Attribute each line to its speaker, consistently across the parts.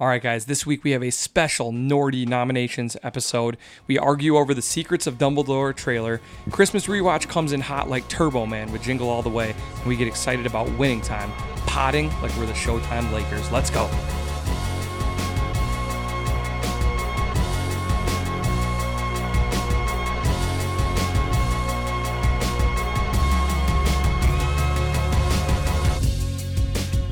Speaker 1: All right, guys, this week we have a special Nordy nominations episode. We argue over the Secrets of Dumbledore trailer. Christmas Rewatch comes in hot like Turbo Man with Jingle All the Way, and we get excited about winning time, potting like we're the Showtime Lakers. Let's go.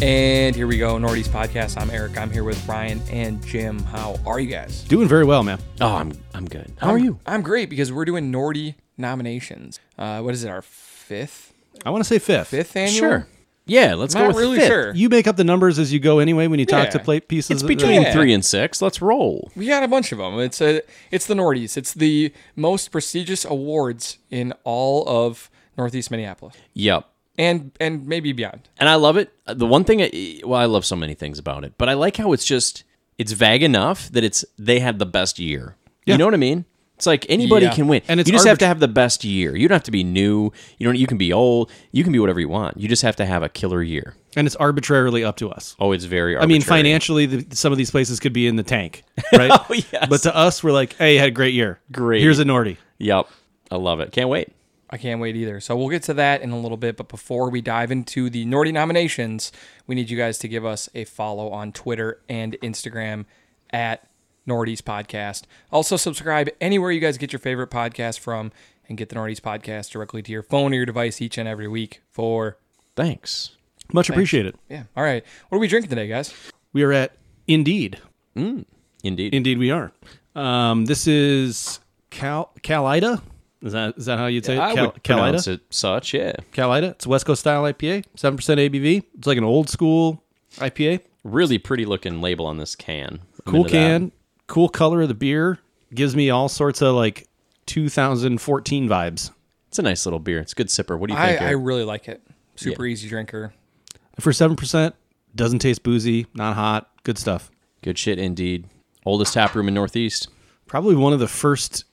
Speaker 1: And here we go, Nordy's podcast. I'm Eric. I'm here with Ryan and Jim. How are you guys?
Speaker 2: Doing very well, man.
Speaker 3: Oh, I'm I'm good. How are you?
Speaker 1: I'm great because we're doing Nordy nominations. Uh, what is it? Our fifth,
Speaker 2: I want to say fifth.
Speaker 1: fifth annual.
Speaker 3: Sure. Yeah, let's
Speaker 1: Not
Speaker 3: go with
Speaker 1: really
Speaker 3: fifth.
Speaker 1: sure.
Speaker 2: You make up the numbers as you go anyway when you talk
Speaker 1: Yeah.
Speaker 2: to plate pieces.
Speaker 3: It's between
Speaker 1: Yeah.
Speaker 3: three and six. Let's roll.
Speaker 1: We got a bunch of them. It's a, it's the Nordies. It's the most prestigious awards in all of Northeast Minneapolis,
Speaker 3: Yep.
Speaker 1: and and maybe beyond.
Speaker 3: And I love it. Uh, The one thing, I, well, I love so many things about it, but I like how it's just it's vague enough that it's they had the best year.
Speaker 2: Yeah.
Speaker 3: You know what I mean? It's like anybody
Speaker 1: Yeah.
Speaker 3: can win,
Speaker 2: And it's
Speaker 3: you just have
Speaker 2: arbit-
Speaker 3: to have the best year. You don't have to be new. You don't. You can be old. You can be whatever you want. You just have to have a killer year.
Speaker 2: and it's arbitrarily up to us.
Speaker 3: Oh, it's very.
Speaker 2: I
Speaker 3: Arbitrary.
Speaker 2: mean, financially, the, some of these places could be in the tank, right? oh,
Speaker 3: yes.
Speaker 2: But to us, we're like, hey, you had a great year.
Speaker 3: Great.
Speaker 2: Here's a Nordy.
Speaker 3: Yep. I love it. Can't wait.
Speaker 1: I can't wait either. So we'll get to that in a little bit. But before we dive into the Nordy nominations, we need you guys to give us a follow on Twitter and Instagram at Nordy's Podcast. Also, subscribe anywhere you guys get your favorite podcast from and get the Nordy's Podcast directly to your phone or your device each and every week for.
Speaker 3: Thanks.
Speaker 2: Much appreciated.
Speaker 1: Yeah. All right. What are we drinking today, guys?
Speaker 2: We are at Indeed.
Speaker 3: Indeed.
Speaker 2: Indeed, we are. Um, this is Cal Calida. Is that is that how you'd say
Speaker 3: I
Speaker 2: it? Cal-
Speaker 3: would pronounce it such. Yeah.
Speaker 2: Calida. It's a West Coast style IPA, seven percent ABV. It's like an old school IPA.
Speaker 3: Really pretty looking label on this can. I'm
Speaker 2: cool
Speaker 3: into that.
Speaker 2: can, cool color of the beer. Gives me all sorts of like 2014 vibes.
Speaker 3: It's a nice little beer. It's a good sipper. What do you
Speaker 1: I,
Speaker 3: think?
Speaker 1: I
Speaker 3: Eric?
Speaker 1: really like it. Super easy drinker.
Speaker 2: For seven percent, doesn't taste boozy, not hot, good stuff.
Speaker 3: good shit indeed. Oldest tap room in Northeast.
Speaker 2: Probably one of the first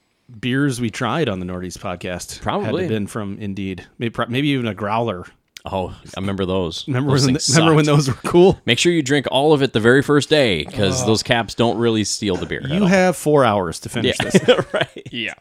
Speaker 2: beers we tried on the Nordies podcast. had to
Speaker 3: Probably.
Speaker 2: have been from Indeed. Maybe, pro- maybe even a growler.
Speaker 3: Oh, I remember those.
Speaker 2: Remember
Speaker 3: those
Speaker 2: when?
Speaker 3: things
Speaker 2: remember when
Speaker 3: sucked.
Speaker 2: those were cool?
Speaker 3: Make sure you drink all of it the very first day because those caps don't really steal the beer. at
Speaker 2: Oh. You
Speaker 3: all.
Speaker 2: have four hours to finish this.
Speaker 3: yeah, right.
Speaker 1: Yeah.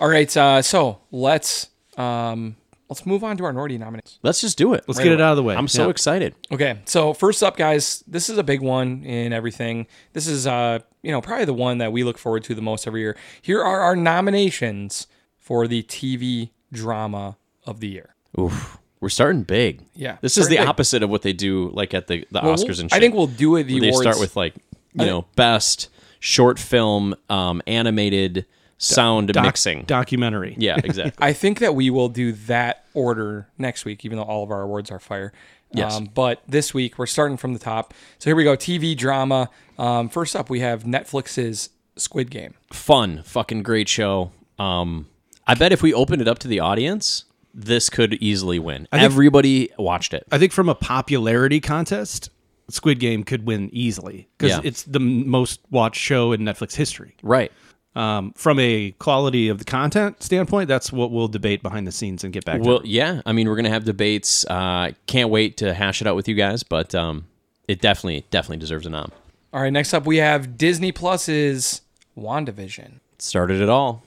Speaker 1: All right. Uh, so let's um, let's move on to our Nordy nominations.
Speaker 3: Let's just do it.
Speaker 2: Let's get it out of the way.
Speaker 3: I'm so
Speaker 2: Yeah.
Speaker 3: excited.
Speaker 1: Okay, so first up, guys, this is a big one in everything. This is, uh, you know, probably the one that we look forward to the most every year. Here are our nominations for the TV drama of the year.
Speaker 3: Oof. We're starting big.
Speaker 1: Yeah,
Speaker 3: This is
Speaker 1: starting
Speaker 3: the
Speaker 1: big.
Speaker 3: opposite of what they do like at the, the
Speaker 1: Well,
Speaker 3: Oscars and shit.
Speaker 1: I think we'll do it the
Speaker 3: Where they
Speaker 1: awards.
Speaker 3: start with like, you know, best short film, um, animated sound
Speaker 2: Doc-
Speaker 3: mixing.
Speaker 2: documentary.
Speaker 3: yeah, exactly.
Speaker 1: I think that we will do that order next week, even though all of our awards are fire. Um,
Speaker 3: Yes.
Speaker 1: but this week we're starting from the top. So here we go. TV drama. Um, first up, we have Netflix's Squid Game.
Speaker 3: fun, fucking great show. Um, I bet if we opened it up to the audience, this could easily win. Everybody watched it.
Speaker 2: I think from a popularity contest, Squid Game could win easily because
Speaker 3: Yeah.
Speaker 2: it's the m- most watched show in Netflix history.
Speaker 3: Right.
Speaker 2: Um, from a quality of the content standpoint, that's what we'll debate behind the scenes and get back
Speaker 3: Well,
Speaker 2: to.
Speaker 3: yeah. I mean, we're gonna have debates. Uh, can't wait to hash it out with you guys. But um, it definitely, definitely deserves a nom.
Speaker 1: All right, next up we have Disney Plus's WandaVision.
Speaker 3: Started it all.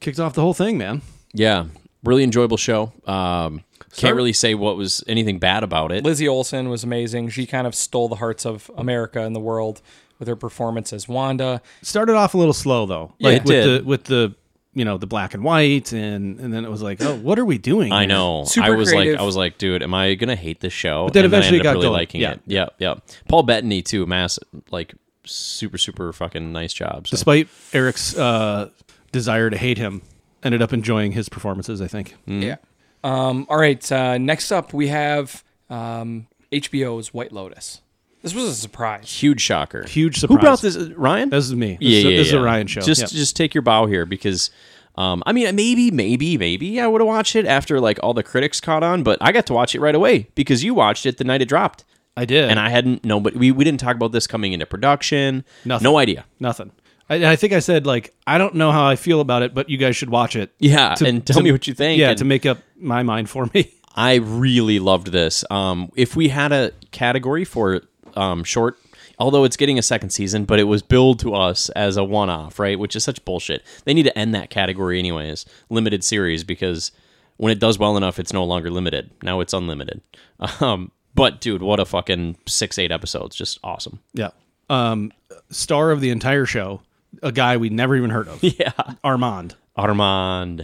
Speaker 2: Kicked off the whole thing, man.
Speaker 3: Yeah. Really enjoyable show. Um, can't really say what was anything bad about it.
Speaker 1: Lizzie Olson was amazing. She kind of stole the hearts of America and the world with her performance as Wanda.
Speaker 2: Started off a little slow though, like
Speaker 3: it
Speaker 2: with
Speaker 3: did.
Speaker 2: the with the you know the black and white, and and then it was like, oh, what are we doing?
Speaker 3: I
Speaker 2: here?
Speaker 3: know.
Speaker 1: Super
Speaker 3: I was
Speaker 1: creative.
Speaker 3: like, I was like, dude, am I gonna hate this show? But
Speaker 2: then
Speaker 3: I
Speaker 2: eventually
Speaker 3: ended up
Speaker 2: got
Speaker 3: really
Speaker 2: going.
Speaker 3: liking
Speaker 2: Yeah.
Speaker 3: it. Yeah, yeah. Paul Bettany too. Mass like super, super fucking nice job. So.
Speaker 2: Despite Eric's uh, desire to hate him, ended up enjoying his performances. I think.
Speaker 3: Mm.
Speaker 1: Yeah. Um, all right. Uh, next up, we have um, HBO's White Lotus. This was a surprise.
Speaker 3: Huge shocker.
Speaker 2: Huge
Speaker 3: Who
Speaker 2: surprise.
Speaker 3: brought this? uh, Ryan.
Speaker 2: This is me. This
Speaker 3: yeah,
Speaker 2: is,
Speaker 3: yeah,
Speaker 2: this is
Speaker 3: yeah.
Speaker 2: a Ryan show.
Speaker 3: Just,
Speaker 2: Yeah.
Speaker 3: just take your bow here because. Um, I mean, maybe, maybe, maybe I would have watched it after like all the critics caught on, but I got to watch it right away because you watched it the night it dropped,
Speaker 2: I did.
Speaker 3: and I hadn't. No, but we, we didn't talk about this coming into production.
Speaker 2: Nothing.
Speaker 3: No idea.
Speaker 2: Nothing. I, I think I said like I don't know how I feel about it, but you guys should watch it.
Speaker 3: Yeah, and tell me what you think.
Speaker 2: Yeah,
Speaker 3: and-
Speaker 2: to make up my mind for me.
Speaker 3: I really loved this. Um, if we had a category for um, short although it's getting a second season, but it was billed to us as a one off, right? Which is such bullshit. They need to end that category, anyways. Limited series, because when it does well enough, it's no longer limited. Now it's unlimited. Um, but, dude, what a fucking six, eight episodes. Just awesome.
Speaker 2: Yeah. Um, star of the entire show, a guy we never even heard of. Yeah. Armand.
Speaker 3: Armand.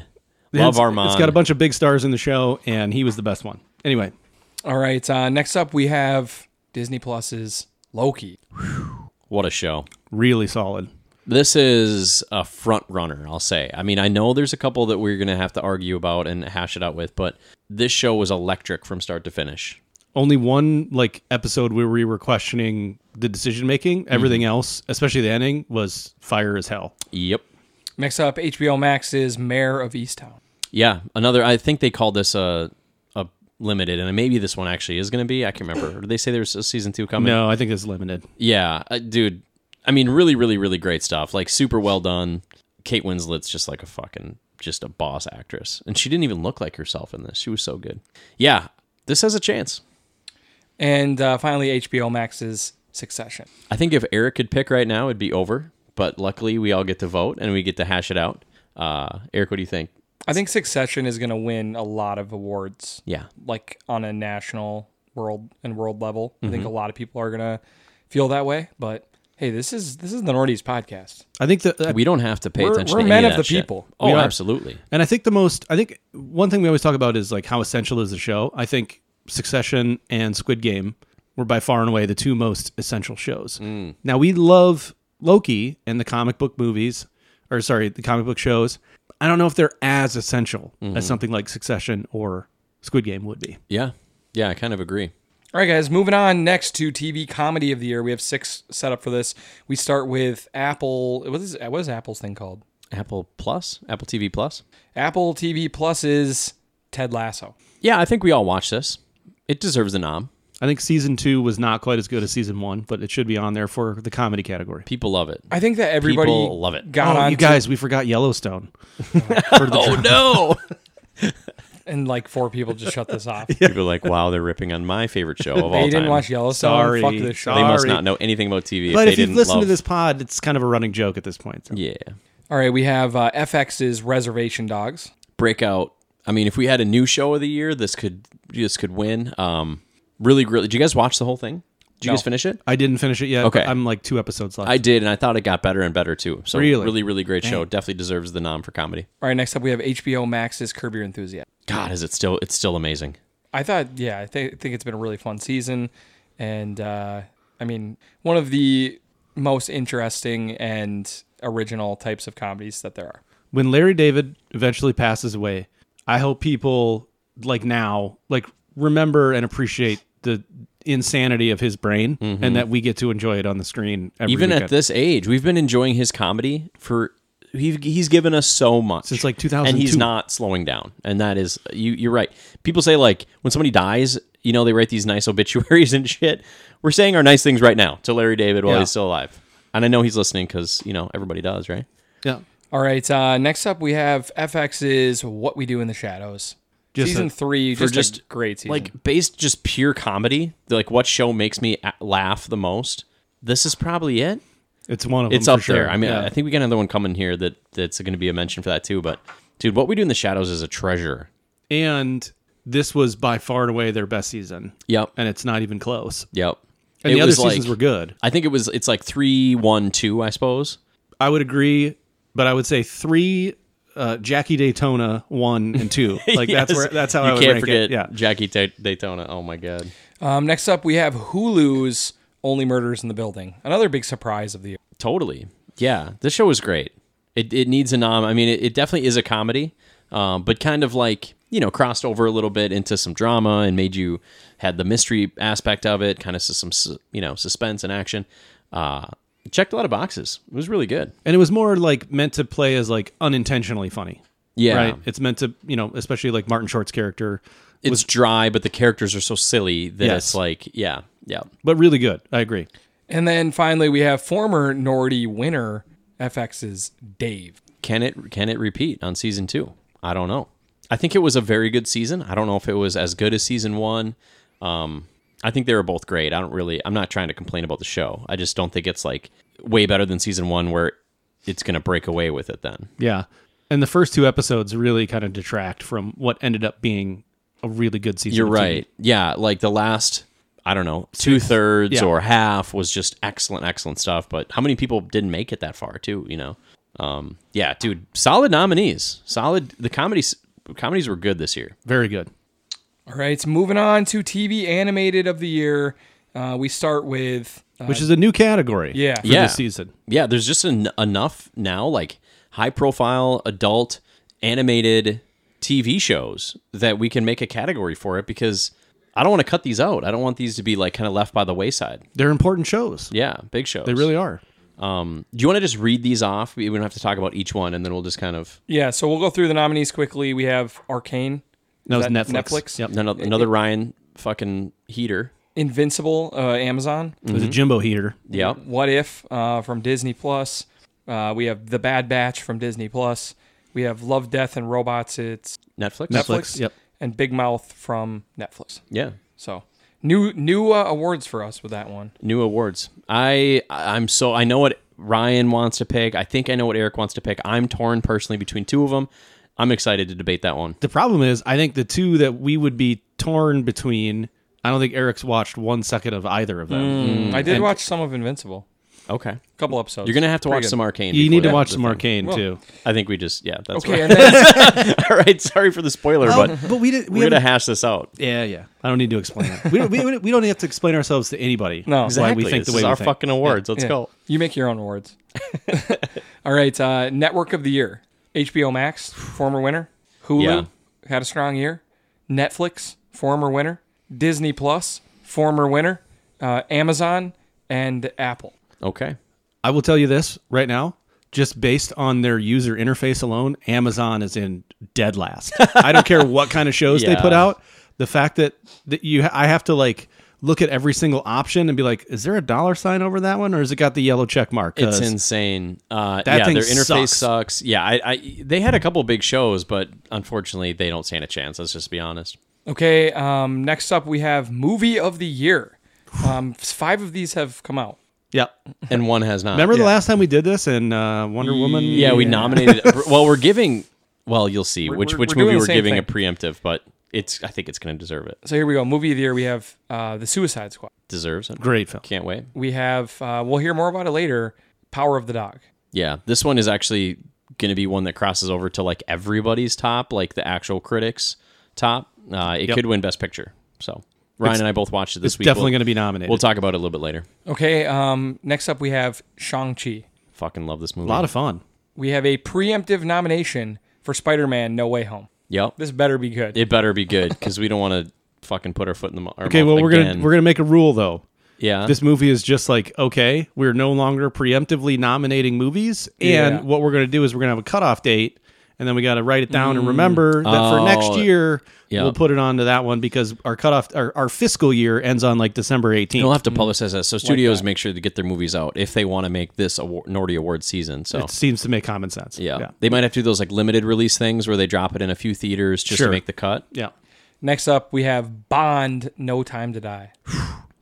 Speaker 3: Love
Speaker 2: It's-
Speaker 3: Armand.
Speaker 2: It's got a bunch of big stars in the show, and he was the best one. Anyway,
Speaker 1: All right. Uh, next up, we have Disney Plus's Loki.
Speaker 3: what a show.
Speaker 2: really solid.
Speaker 3: This is a front runner, I'll say. I mean, I know there's a couple that we're going to have to argue about and hash it out with, but this show was electric from start to finish.
Speaker 2: Only one like episode where we were questioning the decision making. Everything else, especially the ending, was fire as hell.
Speaker 3: Yep.
Speaker 1: Next up, HBO Max's Mayor of Easttown.
Speaker 3: Yeah, another I think they called this a a limited and maybe this one actually is going to be. I can't remember. Did they say there's a season 2 coming?
Speaker 2: No, I think it's limited.
Speaker 3: Yeah, uh, dude. I mean, really really really great stuff. Like super well done. Kate Winslet's just like a fucking just a boss actress. And she didn't even look like herself in this. She was so good. Yeah, this has a chance.
Speaker 1: And uh, finally, HBO Max's Succession.
Speaker 3: I think if Eric could pick right now, it'd be over. But luckily, we all get to vote and we get to hash it out. Uh, Eric, what do you think?
Speaker 1: I think Succession is going to win a lot of awards.
Speaker 3: Yeah.
Speaker 1: Like on a national, world, and world level. I think a lot of people are going to feel that way. But hey, this is this is the Nordies podcast.
Speaker 2: I think the
Speaker 3: We don't have to pay
Speaker 1: We're-
Speaker 3: attention.
Speaker 1: we're
Speaker 3: to
Speaker 1: men
Speaker 3: any
Speaker 1: of
Speaker 3: that
Speaker 1: the
Speaker 3: shit.
Speaker 1: people.
Speaker 3: Oh,
Speaker 2: We are.
Speaker 3: absolutely.
Speaker 2: And I think the most, I think one thing we always talk about is like how essential is the show. I think Succession and Squid Game were by far and away the two most essential shows.
Speaker 3: Mm.
Speaker 2: Now we love Loki and the comic book movies, or sorry, the comic book shows. I don't know if they're as essential
Speaker 3: Mm-hmm.
Speaker 2: as something like Succession or Squid Game would be.
Speaker 3: Yeah. Yeah, I kind of agree.
Speaker 1: All right, guys, moving on next to TV comedy of the year. We have six set up for this. We start with Apple. What is, what is Apple's thing called?
Speaker 3: Apple Plus, Apple TV Plus.
Speaker 1: Apple TV Plus's Ted Lasso.
Speaker 3: Yeah, I think we all watch this. It deserves a nom.
Speaker 2: I think season two was not quite as good as season one, but it should be on there for the comedy category.
Speaker 3: People love it.
Speaker 1: I think that everybody
Speaker 3: People love it.
Speaker 1: got
Speaker 2: Oh,
Speaker 1: on
Speaker 2: you guys, we forgot Yellowstone. For the-
Speaker 3: Oh no!
Speaker 1: and like four people just shut this off.
Speaker 3: People are like, wow, they're ripping on my favorite show of all
Speaker 1: They
Speaker 3: time.
Speaker 1: didn't watch Yellowstone.
Speaker 2: Sorry.
Speaker 1: Fuck this show.
Speaker 3: they must
Speaker 2: Sorry.
Speaker 3: not know anything about TV.
Speaker 2: But
Speaker 3: they
Speaker 2: if you've
Speaker 3: didn't
Speaker 2: listened to
Speaker 3: love-
Speaker 2: this pod, it's kind of a running joke at this point. so.
Speaker 3: yeah,
Speaker 1: All right, we have uh, FX's Reservation Dogs.
Speaker 3: breakout. I mean, if we had a new show of the year, this could this could win. Um, really, really. Did you guys watch the whole thing? Did you
Speaker 1: No.
Speaker 3: guys finish it?
Speaker 2: I didn't finish it yet.
Speaker 3: Okay.
Speaker 2: but I'm like two episodes left.
Speaker 3: I did, and I thought it got better and better too. So
Speaker 2: Really?
Speaker 3: really, really great show. Definitely deserves the nom for comedy.
Speaker 1: All right, next up we have HBO Max's Curb Your Enthusiasm.
Speaker 3: God, is it still? It's still amazing.
Speaker 1: I thought, yeah, I thi- think it's been a really fun season, and uh, I mean, one of the most interesting and original types of comedies that there are.
Speaker 2: when Larry David eventually passes away, I hope people like now like remember and appreciate the insanity of his brain, and that we get to enjoy it on the screen. Every
Speaker 3: Mm-hmm. Even at
Speaker 2: weekend.
Speaker 3: this age, we've been enjoying his comedy for. He, he's given us so much
Speaker 2: Since, like,
Speaker 3: and he's
Speaker 2: 2002.
Speaker 3: not slowing down. And that is you. You're right. People say like when somebody dies, you know, they write these nice obituaries and shit. We're saying our nice things right now to Larry David while
Speaker 2: Yeah.
Speaker 3: he's still alive. And I know he's listening because you know everybody does, right?
Speaker 2: yeah,
Speaker 1: All right, uh, next up we have FX's What We Do in the Shadows.
Speaker 2: Just
Speaker 1: season
Speaker 2: a-
Speaker 1: three,
Speaker 3: for
Speaker 1: just, a
Speaker 3: just
Speaker 1: great season.
Speaker 3: Like based just pure comedy, like what show makes me a- laugh the most? This is probably it.
Speaker 2: it's one of
Speaker 3: It's
Speaker 2: them
Speaker 3: up
Speaker 2: for sure.
Speaker 3: there. I mean,
Speaker 2: Yeah.
Speaker 3: I think we got another one coming here that that's going to be a mention for that too. But dude, what we do in the shadows is a treasure.
Speaker 2: and this was by far and away their best season,
Speaker 3: Yep.
Speaker 2: and it's not even close.
Speaker 3: Yep.
Speaker 2: And
Speaker 3: It
Speaker 2: the other
Speaker 3: was
Speaker 2: seasons
Speaker 3: like-
Speaker 2: were good.
Speaker 3: I think it was. It's like three, one, two. I suppose.
Speaker 2: I would agree, but I would say three. Uh, Jackie Daytona one and two, like that's
Speaker 3: Yes.
Speaker 2: where that's how
Speaker 3: you
Speaker 2: I would
Speaker 3: can't
Speaker 2: rank
Speaker 3: forget.
Speaker 2: it. Yeah,
Speaker 3: Jackie Day- Daytona. Oh my god.
Speaker 1: Um, next up, we have Hulu's Only Murders in the Building. Another big surprise of the year.
Speaker 3: Totally. Yeah. This show was great. It it needs a nom. I mean, it, it definitely is a comedy, um, but kind of like you know crossed over a little bit into some drama and made you had the mystery aspect of it, kind of some su- you know suspense and action. Uh, it checked a lot of boxes. It was really good.
Speaker 2: And it was more like meant to play as like unintentionally funny.
Speaker 3: Yeah.
Speaker 2: Right. It's meant to, you know, especially like Martin Short's character,
Speaker 3: It's dry, but the characters are so silly that
Speaker 2: Yes.
Speaker 3: it's like, yeah, yeah.
Speaker 2: but really good. I agree.
Speaker 1: And then finally, we have former Nordy winner FX's Dave.
Speaker 3: Can it can it repeat on season two? I don't know. I think it was a very good season. I don't know if it was as good as season one. Um, I think they were both great. I don't really. I'm not trying to complain about the show. I just don't think it's like way better than season one, where it's going to break away with it. Then
Speaker 2: Yeah. And the first two episodes really kind of detract from what ended up being a really good season.
Speaker 3: you're
Speaker 2: of TV.
Speaker 3: right. Yeah, like the last. I don't know, two thirds
Speaker 2: Yeah.
Speaker 3: or half was just excellent, excellent stuff. But how many people didn't make it that far, too? You know, um, yeah, dude, solid nominees, solid. The comedies, comedies were good this year.
Speaker 2: Very good.
Speaker 1: All right, so moving on to TV animated of the year. Uh, we start with uh,
Speaker 2: Which is a new category.
Speaker 1: Yeah.
Speaker 2: For
Speaker 3: Yeah.
Speaker 2: this season.
Speaker 3: yeah there's just en- enough now like high profile adult animated tv shows that we can make a category for it because i don't want to cut these out i don't want these to be like kind of left by the wayside
Speaker 2: They're important shows.
Speaker 3: yeah big shows
Speaker 2: They really are.
Speaker 3: um do you want to just read these off we we don't have to talk about each one and then we'll just kind of
Speaker 1: yeah. So we'll go through the nominees quickly. We have Arcane,
Speaker 2: No, it's
Speaker 1: Is that
Speaker 2: Netflix.
Speaker 1: Netflix?
Speaker 2: Yep.
Speaker 3: another, another ryan fucking heater
Speaker 1: Invincible, uh, Amazon.
Speaker 2: There's
Speaker 3: Mm-hmm.
Speaker 2: a Jimbo heater.
Speaker 3: yep
Speaker 1: What If uh, from Disney Plus. Uh, we have The Bad Batch from Disney Plus. We have Love, Death, and Robots. It's
Speaker 3: netflix
Speaker 1: Netflix.
Speaker 2: Yep.
Speaker 1: And Big Mouth from Netflix.
Speaker 3: yeah
Speaker 1: So new new uh, awards for us with that one.
Speaker 3: new awards i i'm so i know what ryan wants to pick i think i know what eric wants to pick i'm torn personally between two of them i'm excited to debate that one
Speaker 2: The problem is, I think the two that we would be torn between, I don't think Eric's watched one second of either of them.
Speaker 3: Mm.
Speaker 1: I did watch some of Invincible,
Speaker 3: Okay.
Speaker 1: a couple episodes.
Speaker 3: You're going to have to
Speaker 1: Pretty
Speaker 3: watch
Speaker 1: good.
Speaker 3: some Arcane.
Speaker 2: You
Speaker 3: before
Speaker 2: need to
Speaker 3: that,
Speaker 2: watch
Speaker 3: the
Speaker 2: some
Speaker 3: thing.
Speaker 2: Arcane,
Speaker 1: Well,
Speaker 2: too.
Speaker 3: I think we just, yeah, that's
Speaker 1: Okay,
Speaker 3: okay.
Speaker 1: and then
Speaker 3: All right. Sorry for the spoiler, but
Speaker 2: Oh. but we didn't.
Speaker 3: we're going to hash this out.
Speaker 2: Yeah, yeah. I don't need to explain it. We, we, we don't have to explain ourselves to anybody.
Speaker 1: No.
Speaker 2: why we
Speaker 3: Exactly.
Speaker 2: think
Speaker 3: this
Speaker 2: the way
Speaker 3: is
Speaker 2: we
Speaker 3: our
Speaker 2: think.
Speaker 3: fucking awards. Let's
Speaker 1: Yeah.
Speaker 3: go.
Speaker 1: You make your own awards. All right, uh, network of the year: HBO Max, former winner. Hulu
Speaker 3: Yeah.
Speaker 1: had a strong year. Netflix, former winner. Disney Plus, former winner. Uh, Amazon and Apple.
Speaker 3: Okay.
Speaker 2: I will tell you this right now. Just based on their user interface alone, Amazon is in dead last. I don't care what kind of shows they
Speaker 3: Yeah.
Speaker 2: put out. The fact that that you, I have to like look at every single option and be like, is there a dollar sign over that one, or has it got the yellow check mark?
Speaker 3: It's
Speaker 2: 'Cause
Speaker 3: insane. Uh,
Speaker 2: That
Speaker 3: yeah,
Speaker 2: thing
Speaker 3: their interface
Speaker 2: sucks.
Speaker 3: sucks. Yeah, I, I they had a couple big shows, but unfortunately, they don't stand a chance. Let's just be honest.
Speaker 1: Okay, um, next up we have movie of the year. Um, five of these have come out.
Speaker 2: Yep.
Speaker 3: And one has not.
Speaker 2: Remember the last time we did this and uh, Wonder Woman?
Speaker 3: Yeah, we nominated. well, we're giving. Well, you'll see which
Speaker 1: we're-
Speaker 3: which
Speaker 1: we're doing
Speaker 3: movie
Speaker 1: the
Speaker 3: we're
Speaker 1: same
Speaker 3: giving a
Speaker 1: thing.
Speaker 3: preemptive, but it's. I think it's going to deserve it.
Speaker 1: So here we go. Movie of the year. We have uh, the Suicide Squad.
Speaker 3: Deserves it.
Speaker 2: Great film.
Speaker 3: Can't wait.
Speaker 1: We have. Uh, we'll hear more about it later. Power of the Dog.
Speaker 3: Yeah, this one is actually going to be one that crosses over to like everybody's top, like the actual critics' top. Uh, it could win Best Picture. So Ryan and I both watched it this
Speaker 2: It's
Speaker 3: week.
Speaker 2: definitely
Speaker 3: we'll,
Speaker 2: going to be nominated.
Speaker 3: We'll talk about it a little bit later.
Speaker 1: Okay. Um, next up we have Shang Chi.
Speaker 3: Fucking love this movie.
Speaker 2: a lot of fun.
Speaker 1: we have a preemptive nomination for Spider-Man: No Way Home.
Speaker 3: yep.
Speaker 1: This better be good.
Speaker 3: It better be good because we don't want to fucking put our foot in the mou- our
Speaker 2: Okay,
Speaker 3: mouth
Speaker 2: well we're
Speaker 3: again.
Speaker 2: gonna we're gonna make a rule though.
Speaker 3: yeah.
Speaker 2: this movie is just like okay we're no longer preemptively nominating movies and
Speaker 1: Yeah.
Speaker 2: what we're going to do is we're going to have a cutoff date and then we got to write it down and remember that for next
Speaker 3: Oh.
Speaker 2: year
Speaker 3: Yeah.
Speaker 2: we'll put it onto that one because our cutoff our, our fiscal year ends on like december 18th
Speaker 3: You'll have to publicize that. So studios make sure to get their movies out if they want to make this award, Nordy Award season. So
Speaker 2: it seems to make common sense
Speaker 3: yeah.
Speaker 2: yeah
Speaker 3: they might have to do those like limited release things where they drop it in a few theaters just
Speaker 2: Sure.
Speaker 3: to make the cut.
Speaker 2: yeah
Speaker 1: Next up, we have Bond: No Time to Die.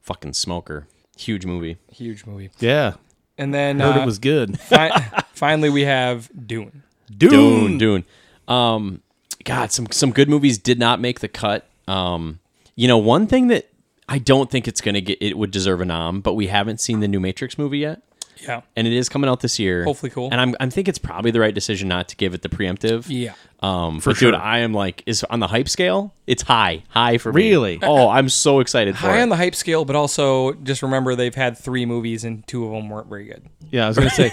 Speaker 3: Fucking smoker, huge movie.
Speaker 1: Huge movie.
Speaker 2: yeah
Speaker 1: And then
Speaker 2: heard
Speaker 1: uh,
Speaker 2: it was good
Speaker 1: fi- finally we have Dune.
Speaker 2: dune,
Speaker 3: Dune, Dune. Um, God, some some good movies did not make the cut. Um, you know, one thing that I don't think it's gonna get it would deserve a nom, but we haven't seen the new Matrix movie yet,
Speaker 1: Yeah.
Speaker 3: and it is coming out this year.
Speaker 1: Hopefully cool.
Speaker 3: And I'm I think it's probably the right decision not to give it the preemptive.
Speaker 1: Yeah.
Speaker 3: Um, for
Speaker 2: sure.
Speaker 3: dude, I am like is on the hype scale. It's high, high for me.
Speaker 2: Really?
Speaker 3: Oh, I'm so excited for
Speaker 1: High
Speaker 3: it.
Speaker 1: on the hype scale, but also just remember they've had three movies and two of them weren't very good.
Speaker 2: yeah i was going to say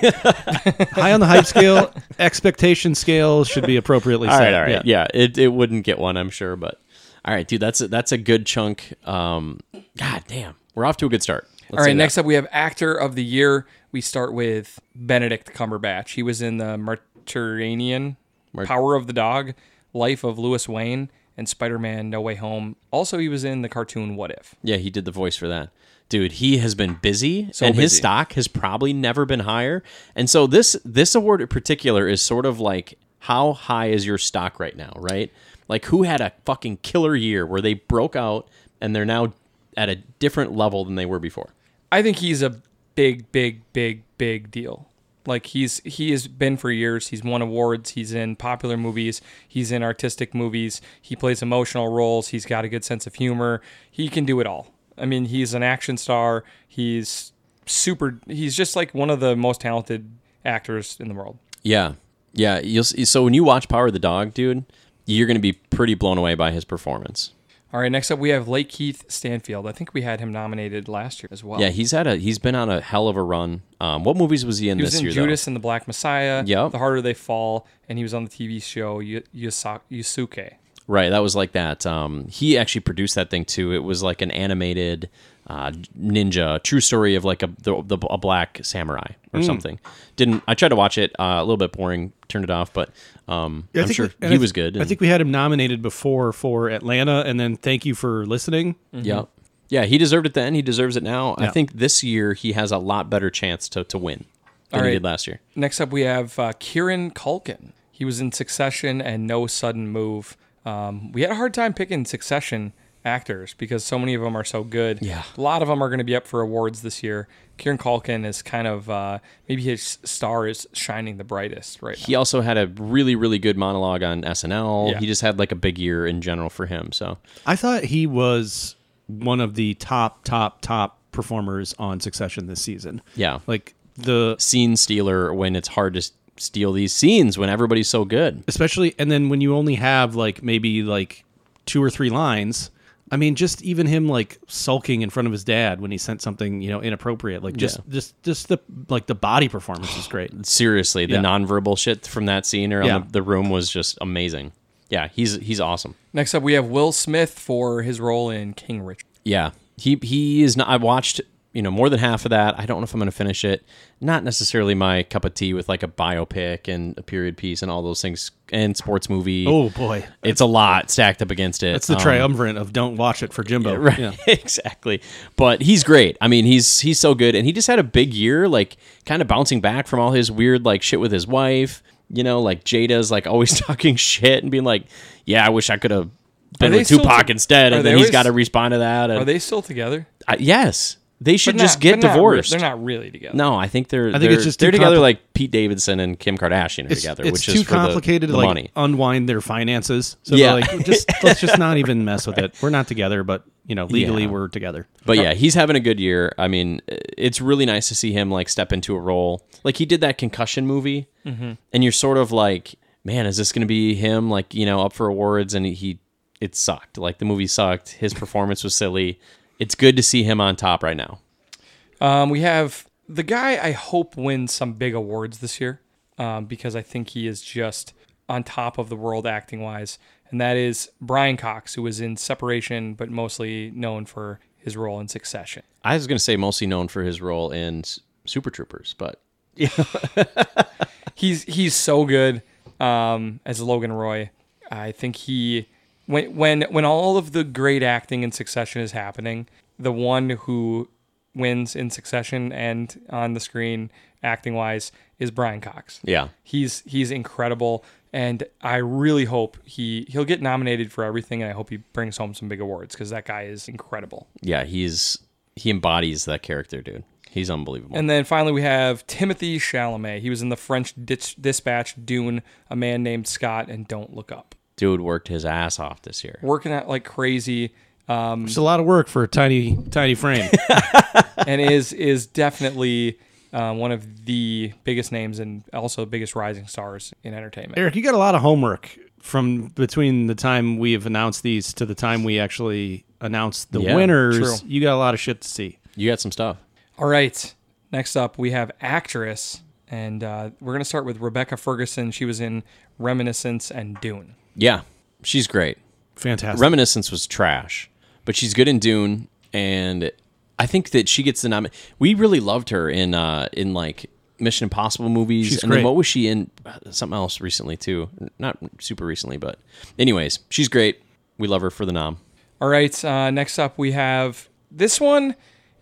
Speaker 2: high on the hype scale expectation scale should be appropriately
Speaker 3: all
Speaker 2: set
Speaker 3: right, all right. Yeah, it, it wouldn't get one, I'm sure, but all right, dude, that's a, that's a good chunk. Um, God damn, we're off to a good start.
Speaker 1: All right. Next up, we have actor of the year. We start with Benedict Cumberbatch. He was in the Mediterranean, Power of the Dog, Life of Lewis Wayne, and Spider-Man: No Way Home. Also, he was in the cartoon What If.
Speaker 3: Yeah, he did the voice for that. Dude, he has been busy and his
Speaker 1: busy.
Speaker 3: stock has probably never been higher. And so this this award in particular is sort of like how high is your stock right now, right? Like who had a fucking killer year where they broke out and they're now at a different level than they were before.
Speaker 1: I think he's a big, big, big, big deal. Like he's he has been for years. He's won awards. He's in popular movies. He's in artistic movies. He plays emotional roles. He's got a good sense of humor. He can do it all. I mean, he's an action star. He's super. He's just like one of the most talented actors in the world.
Speaker 3: Yeah, yeah. You'll see. So when you watch Power of the Dog, dude, you're going to be pretty blown away by his performance.
Speaker 1: All right, next up we have Lake Keith Stanfield. I think we had him nominated last year as well.
Speaker 3: Yeah, he's had a he's been on a hell of a run. Um, what movies was he in
Speaker 1: He
Speaker 3: this
Speaker 1: was in
Speaker 3: year?
Speaker 1: Judas and the Black Messiah.
Speaker 3: Yep.
Speaker 1: The Harder They Fall, and he was on the TV show Yu- Yusa- Yusuke.
Speaker 3: though? Right, that was like that. Um, he actually produced that thing too. It was like an animated uh, ninja true story of like a the, the a black samurai
Speaker 2: Hmm.
Speaker 3: or something. Didn't I tried to watch it? Uh, a little bit boring. Turned it off, but um,
Speaker 2: I
Speaker 3: I'm
Speaker 2: think-
Speaker 3: sure
Speaker 2: and
Speaker 3: he
Speaker 2: I th-
Speaker 3: was good.
Speaker 2: I think we had him nominated before for Atlanta, and then thank you for listening.
Speaker 3: Mhm. Yeah. Yeah, he deserved it then. He deserves it now. I
Speaker 2: Yeah.
Speaker 3: think this year he has a lot better chance to, to win than
Speaker 1: All
Speaker 3: he
Speaker 1: right.
Speaker 3: did last year.
Speaker 1: Next up we have uh, Kieran Culkin. He was in Succession and No Sudden Move. Um, we had a hard time picking Succession actors because so many of them are so good.
Speaker 3: Yeah.
Speaker 1: A lot of them are going to be up for awards this year. Kieran Culkin is kind of uh, maybe his star is shining the brightest right now.
Speaker 3: He also had a really, really good monologue on SNL.
Speaker 1: Yeah.
Speaker 3: He just had like a big year in general for him. So
Speaker 2: I thought he was one of the top, top, top performers on Succession this season.
Speaker 3: Yeah.
Speaker 2: like the
Speaker 3: scene stealer when it's hard to s- steal these scenes when everybody's so good.
Speaker 2: especially, and then when you only have like maybe like two or three lines. I mean, just even him like sulking in front of his dad when he sent something you know inappropriate. Like just, just, just the like the body performance is great.
Speaker 3: Seriously, the
Speaker 2: Yeah.
Speaker 3: nonverbal shit from that scene around
Speaker 2: Yeah.
Speaker 3: the, the room was just amazing. Yeah, he's he's awesome.
Speaker 1: Next up we have Will Smith for his role in King Richard.
Speaker 3: Yeah, he he is not. I watched you know more than half of that. I don't know if I'm going to finish it. Not necessarily my cup of tea with like a biopic and a period piece and all those things and sports movie.
Speaker 2: Oh boy,
Speaker 3: it's a lot stacked up against it.
Speaker 2: that's the
Speaker 3: Um,
Speaker 2: triumvirate of don't watch it for Jimbo.
Speaker 3: Right,
Speaker 2: Yeah.
Speaker 3: exactly. But he's great. I mean, he's he's so good, and he just had a big year, like kind of bouncing back from all his weird like shit with his wife. You know, like Jada's like always talking shit and being like, "Yeah, I wish I could have been
Speaker 1: they
Speaker 3: with
Speaker 1: still
Speaker 3: Tupac
Speaker 1: to-
Speaker 3: instead,"
Speaker 1: are
Speaker 3: and
Speaker 1: they
Speaker 3: then he's
Speaker 1: always-
Speaker 3: got to respond to that. And
Speaker 1: Are they still together?
Speaker 3: I, yes, they should
Speaker 1: But
Speaker 3: just
Speaker 1: not-
Speaker 3: get
Speaker 1: but not re-
Speaker 3: divorced.
Speaker 1: they're not really together.
Speaker 3: No, I think they're. I
Speaker 2: think
Speaker 3: they're,
Speaker 2: it's just
Speaker 3: they're
Speaker 2: too
Speaker 3: together
Speaker 2: compli-
Speaker 3: like Pete Davidson and Kim Kardashian are
Speaker 2: It's,
Speaker 3: together,
Speaker 2: it's
Speaker 3: which
Speaker 2: too
Speaker 3: is for the-
Speaker 2: complicated
Speaker 3: the,
Speaker 2: to like
Speaker 3: money.
Speaker 2: unwind their finances. So
Speaker 3: Yeah.
Speaker 2: yeah. like just let's just not even mess with it. We're not together, but you know, legally
Speaker 3: Yeah.
Speaker 2: we're together.
Speaker 3: But yeah, he's having a good year. I mean, it's really nice to see him like step into a role. Like he did that concussion movie, and you're sort of like, man, is this going to be him? Like you know, up for awards, and he it sucked. Like the movie sucked. His performance was silly. It's good to see him on top right now.
Speaker 1: Um, we have the guy I hope wins some big awards this year um, because I think he is just on top of the world acting wise. And that is Brian Cox, who is in Separation, but mostly known for his role in Succession.
Speaker 3: I was going to say mostly known for his role in S- Super Troopers, but
Speaker 1: He's he's so good um, as Logan Roy. I think he when when when all of the great acting in Succession is happening, the one who wins in Succession and on the screen acting wise is Brian Cox.
Speaker 3: yeah,
Speaker 1: He's he's incredible, and I really hope he he'll get nominated for everything, and I hope he brings home some big awards because that guy is incredible.
Speaker 3: yeah, he's he embodies that character, dude. He's unbelievable.
Speaker 1: And then finally we have Timothy Chalamet. He was in the French Ditch, Dispatch, Dune, A Man Named Scott, and Don't Look Up.
Speaker 3: Dude worked his ass off this year.
Speaker 1: Working out like crazy, um,
Speaker 2: It's a lot of work for a tiny, tiny frame.
Speaker 1: and is is definitely uh, one of the biggest names and also biggest rising stars in entertainment.
Speaker 2: Eric, you got a lot of homework from between the time we've announced these to the time we actually announced the
Speaker 3: Yeah,
Speaker 2: winners.
Speaker 1: true.
Speaker 2: You got a lot of shit to see.
Speaker 3: You got some stuff.
Speaker 1: All right. Next up, we have actress, and uh, we're gonna start with Rebecca Ferguson. She was in Reminiscence and Dune.
Speaker 3: Yeah, she's great.
Speaker 2: Fantastic.
Speaker 3: Reminiscence was trash, but she's good in Dune, and I think that she gets the nom. We really loved her in uh in like Mission Impossible movies.
Speaker 2: She's
Speaker 3: and
Speaker 2: great.
Speaker 3: then what was she in? Uh, Something else recently too. Not super recently, but anyways, she's great. We love her for the nom.
Speaker 1: All right. Uh, next up, we have this one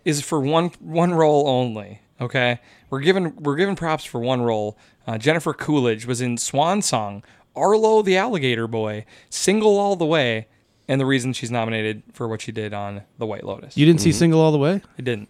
Speaker 1: is for one one role only. Okay, we're given we're given props for one role. Uh, Jennifer Coolidge was in Swan Song, Arlo the Alligator Boy, Single All the Way, and the reason she's nominated for what she did on The White Lotus.
Speaker 2: You didn't see
Speaker 3: Mm-hmm.
Speaker 2: Single All the Way?
Speaker 1: I didn't.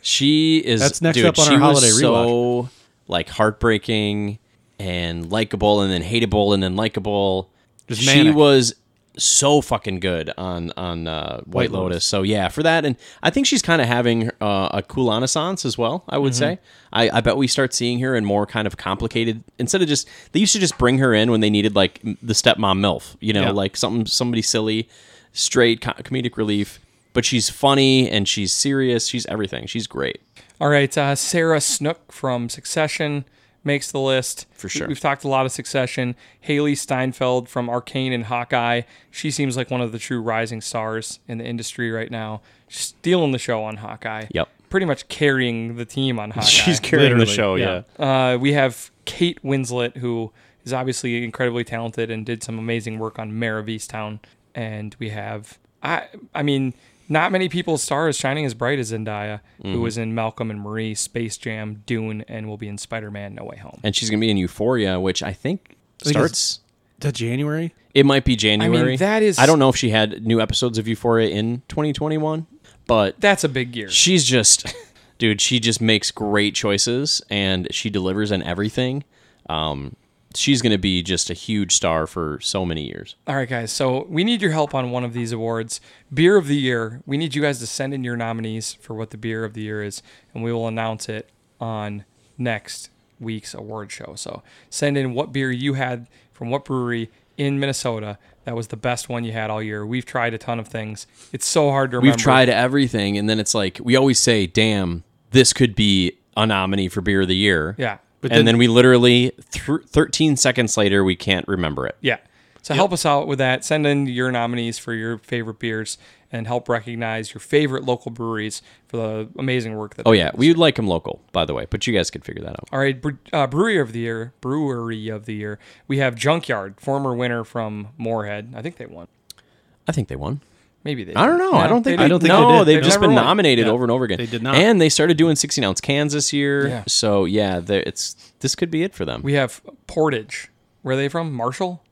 Speaker 3: She is
Speaker 2: That's next
Speaker 3: dude,
Speaker 2: up on
Speaker 3: she
Speaker 2: our
Speaker 3: was
Speaker 2: holiday rewatch.
Speaker 3: So like heartbreaking and likable, and then hateable, and then likable.
Speaker 2: Just
Speaker 3: she
Speaker 2: manic.
Speaker 3: was so fucking good on on uh,
Speaker 2: White
Speaker 3: White, Lotus.
Speaker 2: Lotus.
Speaker 3: So yeah, for that, and I think she's kind of having uh, a cool renaissance as well. I would say.
Speaker 2: Mm-hmm.
Speaker 3: I, I bet we start seeing her in more kind of complicated. Instead of just they used to just bring her in when they needed like m- the stepmom milf, you know,
Speaker 2: Yeah.
Speaker 3: like something somebody silly, straight co- comedic relief. But she's funny and she's serious. She's everything. She's great.
Speaker 1: All right, uh, Sarah Snook from Succession makes the list
Speaker 3: For sure.
Speaker 1: We've talked a lot of Succession. Haley Steinfeld from Arcane and Hawkeye. She seems like one of the true rising stars in the industry right now, stealing the show on Hawkeye.
Speaker 3: Yep.
Speaker 1: Pretty much carrying the team on Hawkeye.
Speaker 3: She's carrying the
Speaker 2: Literally,
Speaker 3: show, yeah.
Speaker 2: yeah.
Speaker 1: Uh, we have Kate Winslet, who is obviously incredibly talented and did some amazing work on Mayor of Easttown. And we have, I, I mean, not many people's star is shining as bright as Zendaya, who was in Malcolm and Marie, Space Jam, Dune, and will be in Spider Man No Way Home.
Speaker 3: And she's gonna be in Euphoria, which I think
Speaker 2: think it's-
Speaker 3: starts.
Speaker 2: That January?
Speaker 3: It might be January.
Speaker 1: that is-
Speaker 3: I don't know if she had new episodes of Euphoria in 2021, but
Speaker 1: That's a big year.
Speaker 3: she's just, dude. She just makes great choices, and she delivers on everything. Um, she's gonna be just a huge star for so many years.
Speaker 1: All right, guys. So we need your help on one of these awards. Beer of the Year. We need you guys to send in your nominees for what the beer of the year is, and we will announce it on next week's award show. So send in what beer you had from what brewery in Minnesota that was the best one you had all year. We've tried a ton of things. It's so hard to remember.
Speaker 3: We've tried everything, and then it's like we always say, "Damn, this could be a nominee for beer of the year."
Speaker 1: Yeah.
Speaker 2: But
Speaker 3: and then,
Speaker 2: then-
Speaker 3: we literally, thr 13 seconds later, we can't remember it.
Speaker 1: Yeah. So help us out with that. Send in your nominees for your favorite beers and help recognize your favorite local breweries for the amazing work that
Speaker 3: Oh
Speaker 1: they
Speaker 3: yeah,
Speaker 1: do.
Speaker 3: we would like them local, by the way, but you guys could figure that out.
Speaker 1: All right, bre- uh, brewery of the year, brewery of the year. We have Junkyard, former winner from Moorhead. I think they won.
Speaker 3: I think they won.
Speaker 1: Maybe they.
Speaker 3: I don't know.
Speaker 1: didn't.
Speaker 3: I
Speaker 1: No,
Speaker 3: don't think.
Speaker 1: they
Speaker 3: I don't
Speaker 1: didn't.
Speaker 3: think.
Speaker 2: they
Speaker 3: No,
Speaker 2: did.
Speaker 3: they have
Speaker 2: They've
Speaker 3: just
Speaker 2: never
Speaker 3: been
Speaker 2: won.
Speaker 3: nominated
Speaker 2: Yeah.
Speaker 3: over and over again.
Speaker 2: They did not.
Speaker 3: And they started doing 16 ounce cans this year.
Speaker 1: Yeah.
Speaker 3: So yeah, they- it's this could be it for them.
Speaker 1: We have Portage. Where are they from? Marshall.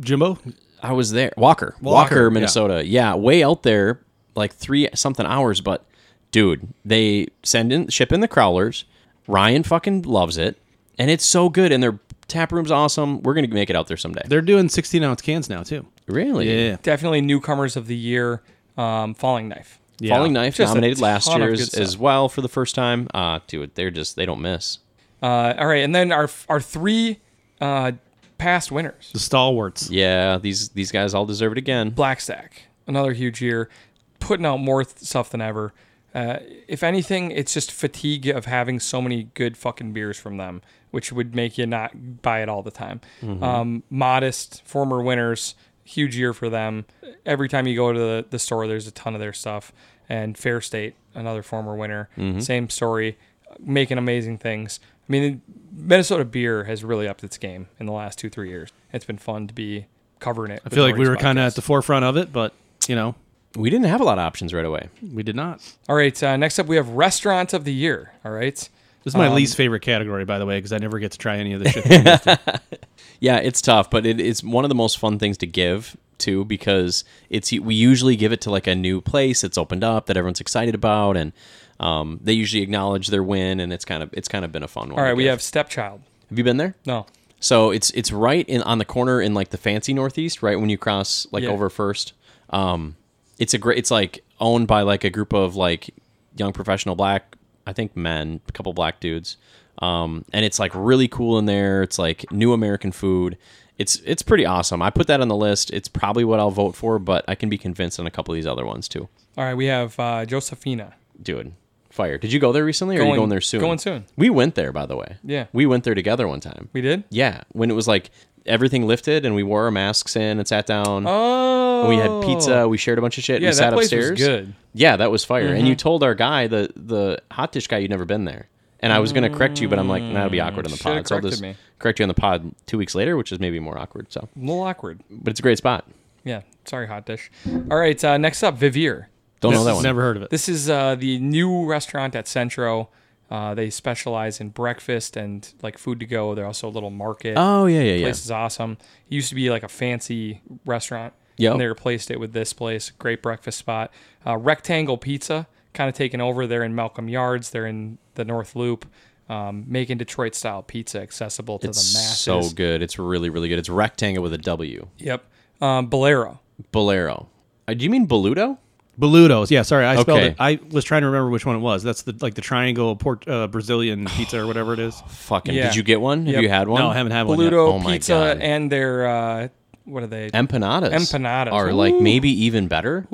Speaker 2: Jimbo?
Speaker 3: I was there. Walker, Walker,
Speaker 2: yeah.
Speaker 3: Minnesota. Yeah. way out there, like three something hours. But dude, they send in ship in the crawlers. Ryan fucking loves it, and it's so good. And their tap room's awesome. We're gonna make it out there someday.
Speaker 2: They're doing 16 ounce cans now, too.
Speaker 3: Really?
Speaker 2: Yeah.
Speaker 1: Definitely newcomers of the year. Um, Falling Knife.
Speaker 2: Yeah.
Speaker 3: Falling Knife
Speaker 1: Just a
Speaker 3: nominated last
Speaker 1: ton of
Speaker 3: year
Speaker 1: good
Speaker 3: as,
Speaker 1: stuff.
Speaker 3: as well for the first time. Uh, dude, they're just they don't miss.
Speaker 1: Uh, all right, and then our our three uh, past winners.
Speaker 2: The stalwarts.
Speaker 3: Yeah, these these guys all deserve it again.
Speaker 1: Black Stack, another huge year, putting out more th- stuff than ever. Uh, if anything, it's just fatigue of having so many good fucking beers from them, which would make you not buy it all the time.
Speaker 2: Mm-hmm.
Speaker 1: Um, modest, former winners, huge year for them. Every time you go to the, the store, there's a ton of their stuff. And Fair State, another former winner,
Speaker 2: Mm-hmm.
Speaker 1: same story, making amazing things. I mean, Minnesota beer has really upped its game in the last two, three years. It's been fun to be covering it.
Speaker 2: I feel like we were kind of at the forefront of it, but, you know,
Speaker 3: We didn't have a lot of options right away.
Speaker 2: we did not.
Speaker 1: All right. Uh, next up, we have restaurant of the year. All right.
Speaker 2: This is my least favorite category, by the way, because I never get to try any of the shit. that you guys do.
Speaker 3: Yeah, it's tough, but it, it's one of the most fun things to give too because it's we usually give it to like a new place that's opened up that everyone's excited about, and um, they usually acknowledge their win, and it's kind of it's kind of been a fun one.
Speaker 1: All right.
Speaker 3: to
Speaker 1: We
Speaker 3: give.
Speaker 1: have stepchild.
Speaker 3: Have you been there?
Speaker 1: No.
Speaker 3: So it's it's right in on the corner in like the fancy northeast, right when you cross like
Speaker 1: Yeah.
Speaker 3: over first. Um, it's a great. It's like owned by like a group of like young professional black, I think men, a couple black dudes. Um, and it's like really cool in there. It's like new American food. It's it's pretty awesome. I put that on the list. It's probably what I'll vote for, but I can be convinced on a couple of these other ones too.
Speaker 1: All right. We have uh, Josephina.
Speaker 3: Dude, fire! Did you go there recently, or are you
Speaker 1: Going-
Speaker 3: going there soon?
Speaker 1: going soon.
Speaker 3: We went there, by the way.
Speaker 1: Yeah.
Speaker 3: we went there together one time.
Speaker 1: We did.
Speaker 3: Yeah, when it was like everything lifted and we wore our masks in and sat down.
Speaker 1: Oh.
Speaker 3: And we had pizza. We shared a bunch of shit.
Speaker 1: Yeah,
Speaker 3: we
Speaker 1: that
Speaker 3: sat
Speaker 1: place was
Speaker 3: upstairs.
Speaker 1: good. Mm-hmm.
Speaker 3: Yeah, that was fire. And you told our guy, the the hot dish guy, you'd never been there. And I was gonna correct you, but I'm like, nah, that'd be awkward on the
Speaker 1: Shoulda
Speaker 3: pod. So I'll
Speaker 1: Mm, corrected
Speaker 3: just
Speaker 1: me.
Speaker 3: correct you on the pod two weeks later, which is maybe more awkward. So,
Speaker 1: A little awkward.
Speaker 3: but it's a great spot.
Speaker 1: Yeah. Sorry, hot dish. All right. Uh, next up, Vivier.
Speaker 3: Don't know that
Speaker 2: Just
Speaker 3: one.
Speaker 2: Never heard of it.
Speaker 1: This is uh, the new restaurant at Centro. Uh, they specialize in breakfast and like food to go. They're also a little market.
Speaker 3: Oh yeah, yeah, yeah.
Speaker 1: place is awesome. It used to be like a fancy restaurant.
Speaker 3: Yep.
Speaker 1: And they replaced it with this place. Great breakfast spot. Uh, Rectangle Pizza, kind of taken over. They're in Malcolm Yards. They're in the North Loop, um, making Detroit style pizza accessible to the masses.
Speaker 3: so good. It's really, really good. It's rectangle with a W.
Speaker 1: Yep. Um, Bolero.
Speaker 3: Bolero. Uh, do you mean Boluto?
Speaker 2: Beludos. Yeah, sorry, I spelled
Speaker 3: Okay.
Speaker 2: it. I was trying to remember which one it was. That's the like the triangle port, uh, Brazilian pizza or whatever it is.
Speaker 3: Fucking.
Speaker 1: Yeah.
Speaker 3: Did you get one?
Speaker 1: Yep.
Speaker 3: Have you had one?
Speaker 2: No, I haven't had one. Yet.
Speaker 1: Bluto
Speaker 3: Oh my
Speaker 1: Pizza
Speaker 3: God.
Speaker 1: and their uh, what are they?
Speaker 3: Empanadas.
Speaker 1: Empanadas.
Speaker 3: are like maybe even better.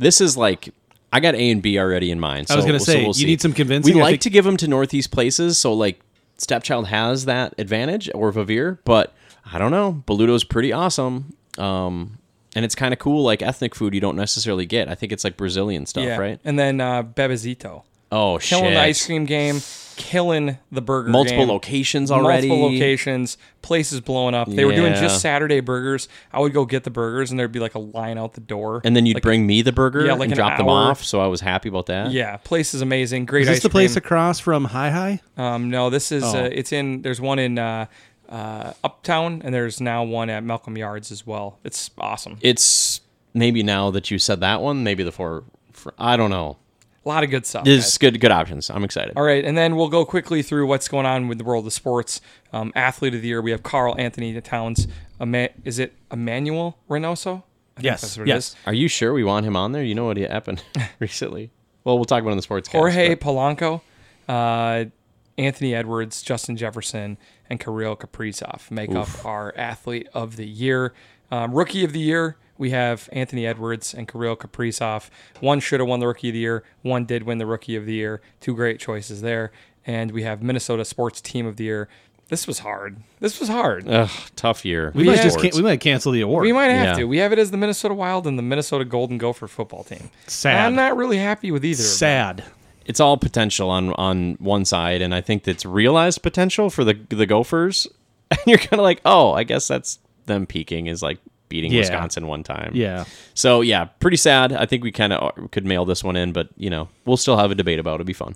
Speaker 3: This is like I got A and B already in mind. So
Speaker 2: I was gonna
Speaker 3: so
Speaker 2: say,
Speaker 3: we'll
Speaker 2: you
Speaker 3: see.
Speaker 2: need some convincing,
Speaker 3: We
Speaker 2: I
Speaker 3: like
Speaker 2: think-
Speaker 3: to give them to Northeast places, so like Stepchild has that advantage or Vavir, but I don't know. Boluto's pretty awesome. Um, and it's kind of cool, like ethnic food you don't necessarily get. I think it's like Brazilian stuff,
Speaker 1: yeah.
Speaker 3: right?
Speaker 1: And then uh, Bebezito.
Speaker 3: Oh
Speaker 1: Killing
Speaker 3: shit!
Speaker 1: the ice cream game. Killing the burger.
Speaker 3: Multiple
Speaker 1: game.
Speaker 3: locations already.
Speaker 1: Multiple locations, places blowing up. They were doing
Speaker 3: Yeah.
Speaker 1: just Saturday burgers. I would go get the burgers, and there'd be like a line out the door.
Speaker 3: And then you'd bring me the burger
Speaker 1: Yeah, like
Speaker 3: and
Speaker 1: an
Speaker 3: drop them
Speaker 1: hour.
Speaker 3: off. So I was happy about that.
Speaker 1: yeah, place is amazing. Great
Speaker 2: Is this
Speaker 1: ice
Speaker 2: the place
Speaker 1: cream.
Speaker 2: across from Hi Hi?
Speaker 1: um, no, this is
Speaker 3: Oh.
Speaker 1: uh, it's in. There's one in uh, uh, Uptown, and there's now one at Malcolm Yards as well. It's awesome.
Speaker 3: It's maybe now that you said that one, maybe the four. fr- I don't know.
Speaker 1: A lot of good stuff.
Speaker 3: This
Speaker 1: guys.
Speaker 3: is good. Good options. I'm excited.
Speaker 1: All right, and then we'll go quickly through what's going on with the world of sports. Um, athlete of the year, we have Carl Anthony Towns. Ema- is it Emmanuel Reynoso? I think
Speaker 2: Yes,
Speaker 1: that's what it
Speaker 2: yes.
Speaker 1: is.
Speaker 3: Are you sure we want him on there? You know what happened recently. Well, we'll talk about it in the sports.
Speaker 1: Jorge
Speaker 3: Cast,
Speaker 1: Polanco, uh, Anthony Edwards, Justin Jefferson, and Kirill Kaprizov make up our athlete of the year. Um, rookie of the year, we have Anthony Edwards and Kirill Kaprizov. One should have won the rookie of the year. One did win the rookie of the year. Two great choices there. And we have Minnesota Sports Team of the Year. This was hard. This was hard.
Speaker 2: Uh,
Speaker 3: but- Ugh, tough year.
Speaker 2: We
Speaker 1: Yeah.
Speaker 2: might just
Speaker 1: Awards.
Speaker 2: can- we might cancel the award.
Speaker 1: we might have
Speaker 3: Yeah.
Speaker 1: to. We have it as the Minnesota Wild and the Minnesota Golden Gopher football team.
Speaker 2: Sad.
Speaker 1: I'm not really happy with either. of them.
Speaker 2: Sad.
Speaker 3: it's all potential on on one side, and I think that's realized potential for the the Gophers. And you're kind of like, oh, I guess that's them peaking is like beating
Speaker 2: Yeah.
Speaker 3: Wisconsin one time.
Speaker 2: Yeah.
Speaker 3: So yeah, pretty sad. I think we kind of could mail this one in, but you know, we'll still have a debate about it. It'll be fun.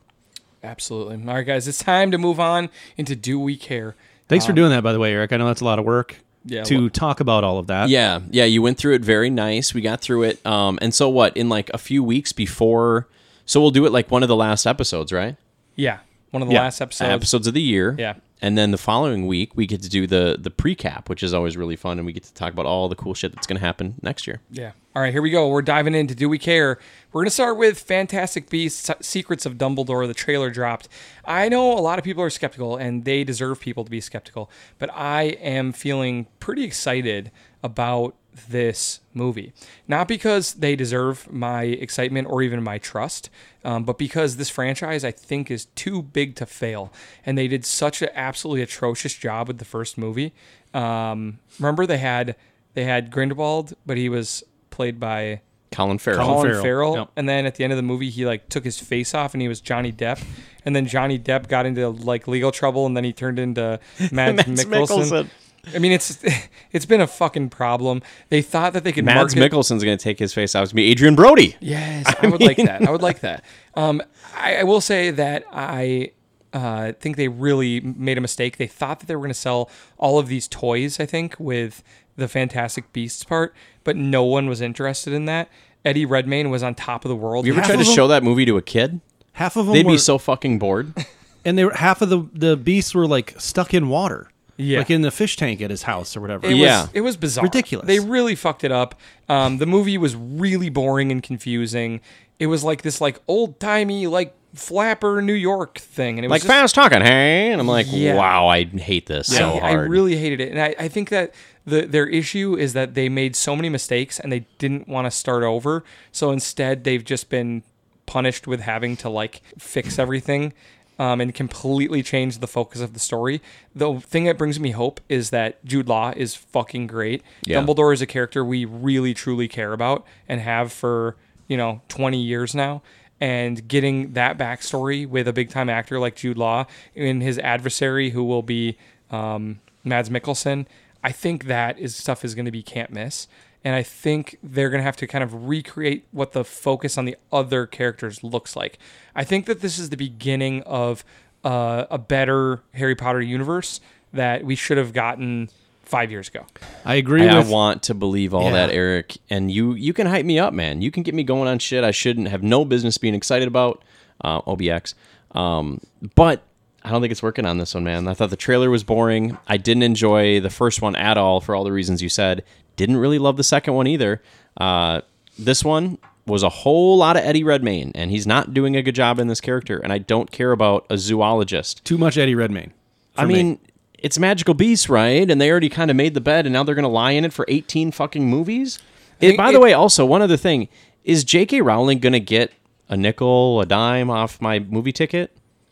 Speaker 1: Absolutely. All right, guys, it's time to move on into Do We Care?
Speaker 2: Thanks for doing that, by the way, Eric. I know that's a lot of work
Speaker 1: Um, Yeah,
Speaker 2: to
Speaker 1: well-
Speaker 2: talk about all of that.
Speaker 3: Yeah, yeah, you went through it very nice. We got through it. Um, and so what? In like a few weeks before, so we'll do it like one of the last episodes, right?
Speaker 1: Yeah, one of the
Speaker 2: Yeah,
Speaker 1: last episodes.
Speaker 3: episodes of the year.
Speaker 1: Yeah.
Speaker 3: And then the following week we get to do the the precap, which is always really fun, and we get to talk about all the cool shit that's going to happen next year.
Speaker 1: Yeah. All right, here we go. We're diving into Do We Care? We're going to start with Fantastic Beasts Secrets of Dumbledore. The trailer dropped. I know a lot of people are skeptical, and they deserve people to be skeptical, but I am feeling pretty excited about this movie. Not because they deserve my excitement or even my trust, um, but because this franchise, I think, is too big to fail. And they did such an absolutely atrocious job with the first movie. Um, remember, they had they had Grindelwald, but he was played by
Speaker 3: Colin Farrell.
Speaker 1: Colin Farrell.
Speaker 2: Farrell. Yep.
Speaker 1: And then at the end of the movie, he like took his face off, and he was Johnny Depp. And then Johnny Depp got into like legal trouble, and then he turned into Mads,
Speaker 3: Mads
Speaker 1: Mikkelsen.
Speaker 3: Mikkelsen.
Speaker 1: I mean, it's it's been a fucking problem. They thought that they could
Speaker 3: Mads
Speaker 1: market-
Speaker 3: Mikkelsen's going to take his face off. It's going to be Adrian Brody.
Speaker 1: Yes, I, would like that. I would like that. Um, I, I will say that I uh, think they really made a mistake. They thought that they were going to sell all of these toys. I think with the Fantastic Beasts part, but no one was interested in that. Eddie Redmayne was on top of the world.
Speaker 3: You ever
Speaker 2: Half
Speaker 3: tried to
Speaker 2: of 'em-
Speaker 3: show that movie to a kid?
Speaker 2: Half of them
Speaker 3: They'd
Speaker 2: were,
Speaker 3: be so fucking bored.
Speaker 2: and they were half of the the beasts were like stuck in water.
Speaker 1: Yeah.
Speaker 2: Like in the fish tank at his house or whatever.
Speaker 1: It
Speaker 3: Yeah.
Speaker 1: was, it was bizarre,
Speaker 2: Ridiculous.
Speaker 1: They really fucked it up. Um, the movie was really boring and confusing. It was like this, like old timey, like flapper New York thing, and it was
Speaker 3: like
Speaker 1: just-
Speaker 3: fast talking, hey? And I'm like,
Speaker 1: Yeah.
Speaker 3: wow, I hate this so
Speaker 1: I, I
Speaker 3: hard.
Speaker 1: really hated it, and I, I think that the their issue is that they made so many mistakes and they didn't want to start over. So instead, they've just been punished with having to like fix everything. Um, and completely change the focus of the story. The thing that brings me hope is that Jude Law is fucking great.
Speaker 3: Yeah.
Speaker 1: Dumbledore is a character we really truly care about and have for you know 20 years now and getting that backstory with a big time actor like Jude Law and his adversary who will be um, Mads Mikkelsen, I think that is stuff is going to be can't miss. And I think they're going to have to kind of recreate what the focus on the other characters looks like. I think that this is the beginning of uh, a better Harry Potter universe that we should have gotten five years ago.
Speaker 2: I agree
Speaker 3: I
Speaker 2: with
Speaker 3: want to believe all
Speaker 2: Yeah.
Speaker 3: that, Eric. And you you can hype me up, man. You can get me going on shit I shouldn't have no business being excited about. Uh, OBX. Um, but I don't think it's working on this one, man. I thought the trailer was boring. I didn't enjoy the first one at all for all the reasons you said. Didn't really love the second one either. Uh, this one was a whole lot of Eddie Redmayne, and he's not doing a good job in this character. And I don't care about a zoologist.
Speaker 2: too much Eddie Redmayne. for
Speaker 3: I
Speaker 2: me.
Speaker 3: mean, it's magical beasts, right? And they already kind of made the bed, and now they're going to lie in it for eighteen fucking movies. It,
Speaker 1: think
Speaker 3: by
Speaker 1: it-
Speaker 3: the way, also one other thing is J.K. Rowling going to get a nickel, a dime off my movie ticket?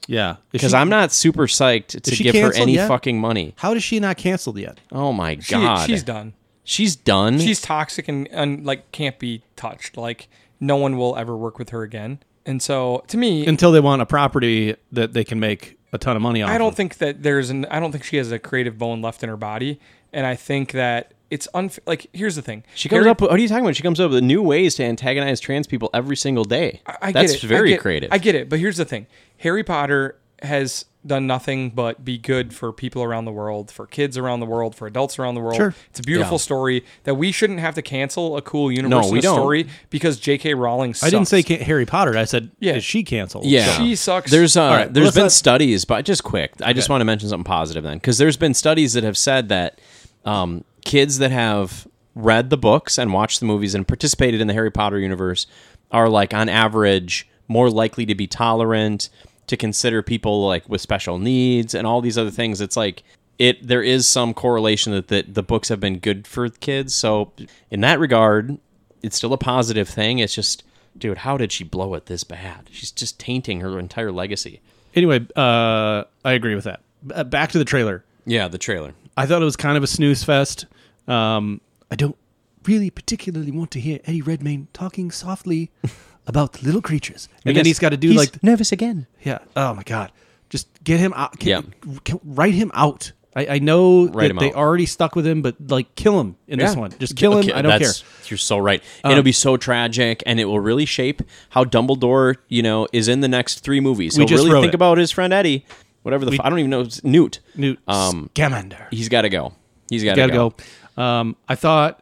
Speaker 2: yeah, Is
Speaker 3: Because
Speaker 2: she-
Speaker 3: I'm not super psyched to
Speaker 2: she
Speaker 3: give her
Speaker 2: canceled
Speaker 3: any
Speaker 2: yet?
Speaker 3: fucking money.
Speaker 2: How is she not canceled yet?
Speaker 3: Oh my
Speaker 1: She-
Speaker 3: god,
Speaker 1: she's done.
Speaker 3: She's done.
Speaker 1: She's toxic and, and like can't be touched. Like no one will ever work with her again. And so to me,
Speaker 2: Until they want a property that they can make a ton of money off.
Speaker 1: I
Speaker 2: of.
Speaker 1: don't think that there's an I don't think she has a creative bone left in her body, and I think that it's unfair. Like here's the thing:
Speaker 3: she comes
Speaker 1: Harry-
Speaker 3: up. What are you talking about? She comes up with new ways to antagonize trans people every single day.
Speaker 1: I get
Speaker 3: That's
Speaker 1: it. I
Speaker 3: very
Speaker 1: get-
Speaker 3: creative.
Speaker 1: I get it, but here's the thing: Harry Potter has done nothing but be good for people around the world, for kids around the world, for adults around the world.
Speaker 2: Sure.
Speaker 1: It's a beautiful
Speaker 3: Yeah.
Speaker 1: story that we shouldn't have to cancel a cool universe and
Speaker 3: we
Speaker 1: a
Speaker 3: don't.
Speaker 1: story because J.K. Rowling. Sucks.
Speaker 2: I didn't say ca- Harry Potter. I said
Speaker 1: Yeah.
Speaker 2: is she canceled?
Speaker 3: Yeah,
Speaker 1: She sucks.
Speaker 3: There's uh,
Speaker 2: All right,
Speaker 3: there's
Speaker 2: let's
Speaker 3: been
Speaker 2: not-
Speaker 3: studies, but just quick, I just want to mention something positive then, because there's been studies that have said that um, kids that have read the books and watched the movies and participated in the Harry Potter universe are like on average more likely to be tolerant, to consider people like with special needs and all these other things. It's like it there is some correlation that the, the books have been good for kids. So in that regard, it's still a positive thing. It's just, dude, how did she blow it this bad? She's just tainting her entire legacy.
Speaker 2: Anyway, uh, I agree with that. B- uh, back to the trailer.
Speaker 3: Yeah, the trailer.
Speaker 2: I thought it was kind of a snooze fest. Um, I don't really particularly want to hear Eddie Redmayne talking softly about little creatures, and then he's got to do like,
Speaker 3: nervous again.
Speaker 2: yeah, oh my god, just get him out, can,
Speaker 3: Yeah.
Speaker 2: can- write him out. I, I know
Speaker 3: Write him
Speaker 2: that they
Speaker 3: out.
Speaker 2: already stuck with him, but like kill him in this
Speaker 3: Yeah.
Speaker 2: one, just kill him.
Speaker 3: Okay,
Speaker 2: I don't care. Um,
Speaker 3: that's- You're so right. And It'll be so tragic, and it will really shape how Dumbledore, you know, is in the next three movies.
Speaker 2: We
Speaker 3: He'll
Speaker 2: just
Speaker 3: really
Speaker 2: wrote
Speaker 3: think
Speaker 2: it.
Speaker 3: about his friend Eddie, whatever the I I don't even know it's Newt.
Speaker 2: Newt
Speaker 3: Um,
Speaker 2: Scamander.
Speaker 3: he's got to go. He's got to
Speaker 2: gotta
Speaker 3: go.
Speaker 2: go. Um, I thought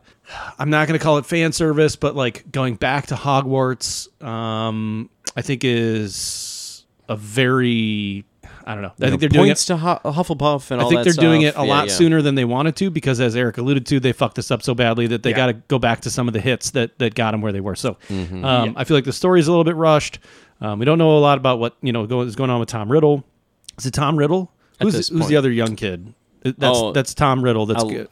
Speaker 2: I'm not gonna call it fan service, but like going back to Hogwarts, um, I think is a very I don't know. I think they're doing
Speaker 3: points
Speaker 2: it.
Speaker 3: to Hu- uh, Hufflepuff and
Speaker 2: I
Speaker 3: all
Speaker 2: think
Speaker 3: that
Speaker 2: they're doing it
Speaker 3: stuff.
Speaker 2: a
Speaker 3: Yeah,
Speaker 2: lot
Speaker 3: yeah.
Speaker 2: sooner than they wanted to because, as Eric alluded to, they fucked this up so badly that they got to go back to some of the hits that that got them where they were. So,
Speaker 3: Mm-hmm.
Speaker 2: um, I feel like the story's a little bit rushed. Um, we don't know a lot about what you know go, is going on with Tom Riddle. Is it Tom Riddle? who's
Speaker 3: this
Speaker 2: who's
Speaker 3: point.
Speaker 2: the other young kid? That's
Speaker 3: Oh,
Speaker 2: that's Tom Riddle. That's
Speaker 3: I'll-
Speaker 2: good.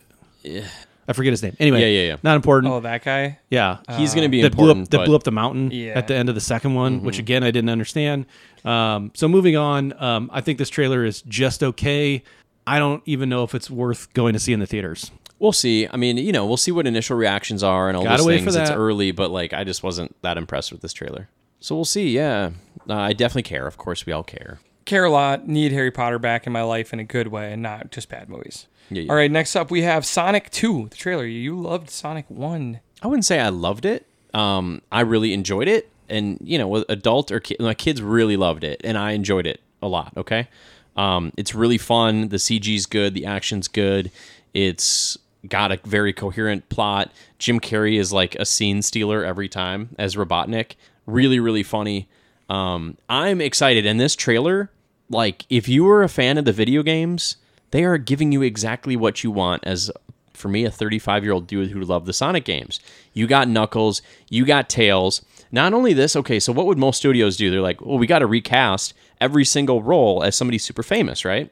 Speaker 2: I forget his name. Anyway,
Speaker 3: Yeah, yeah, yeah.
Speaker 2: Not important.
Speaker 1: Oh, that guy.
Speaker 2: yeah,
Speaker 3: He's going to be
Speaker 2: that blew
Speaker 3: important.
Speaker 2: up that
Speaker 3: but- Mm-hmm.
Speaker 2: blew up the mountain
Speaker 1: Yeah.
Speaker 2: at the end of the second one, which again I didn't understand. Um, so moving on, um, I think this trailer is just okay. I don't even know if it's worth going to see in the theaters.
Speaker 3: We'll see. I mean, you know, we'll see what initial reactions are and all
Speaker 2: Gotta
Speaker 3: those
Speaker 2: wait
Speaker 3: things.
Speaker 2: for
Speaker 3: It's
Speaker 2: that.
Speaker 3: early, but like, I just wasn't that impressed with this trailer. So we'll see. Yeah, uh, I definitely care. Of course, we all care.
Speaker 1: care a lot, need Harry Potter back in my life in a good way and not just bad movies.
Speaker 3: Yeah, yeah.
Speaker 1: All right, next up we have Sonic 2, the trailer. You loved Sonic 1.
Speaker 3: I wouldn't say I loved it. Um, I really enjoyed it, and you know, with adult or kid, my kids really loved it, and I enjoyed it a lot. Okay, um, it's really fun. The CG's good. The action's good. It's got a very coherent plot. Jim Carrey is like a scene stealer every time as Robotnik. Really, really funny. Um, I'm excited, and this trailer, like, if you were a fan of the video games, they are giving you exactly what you want as for me, a 35 year old dude who loved the Sonic games. You got Knuckles, you got Tails. Not only this, okay, so what would most studios do? They're like, well, we got to recast every single role as somebody super famous, right?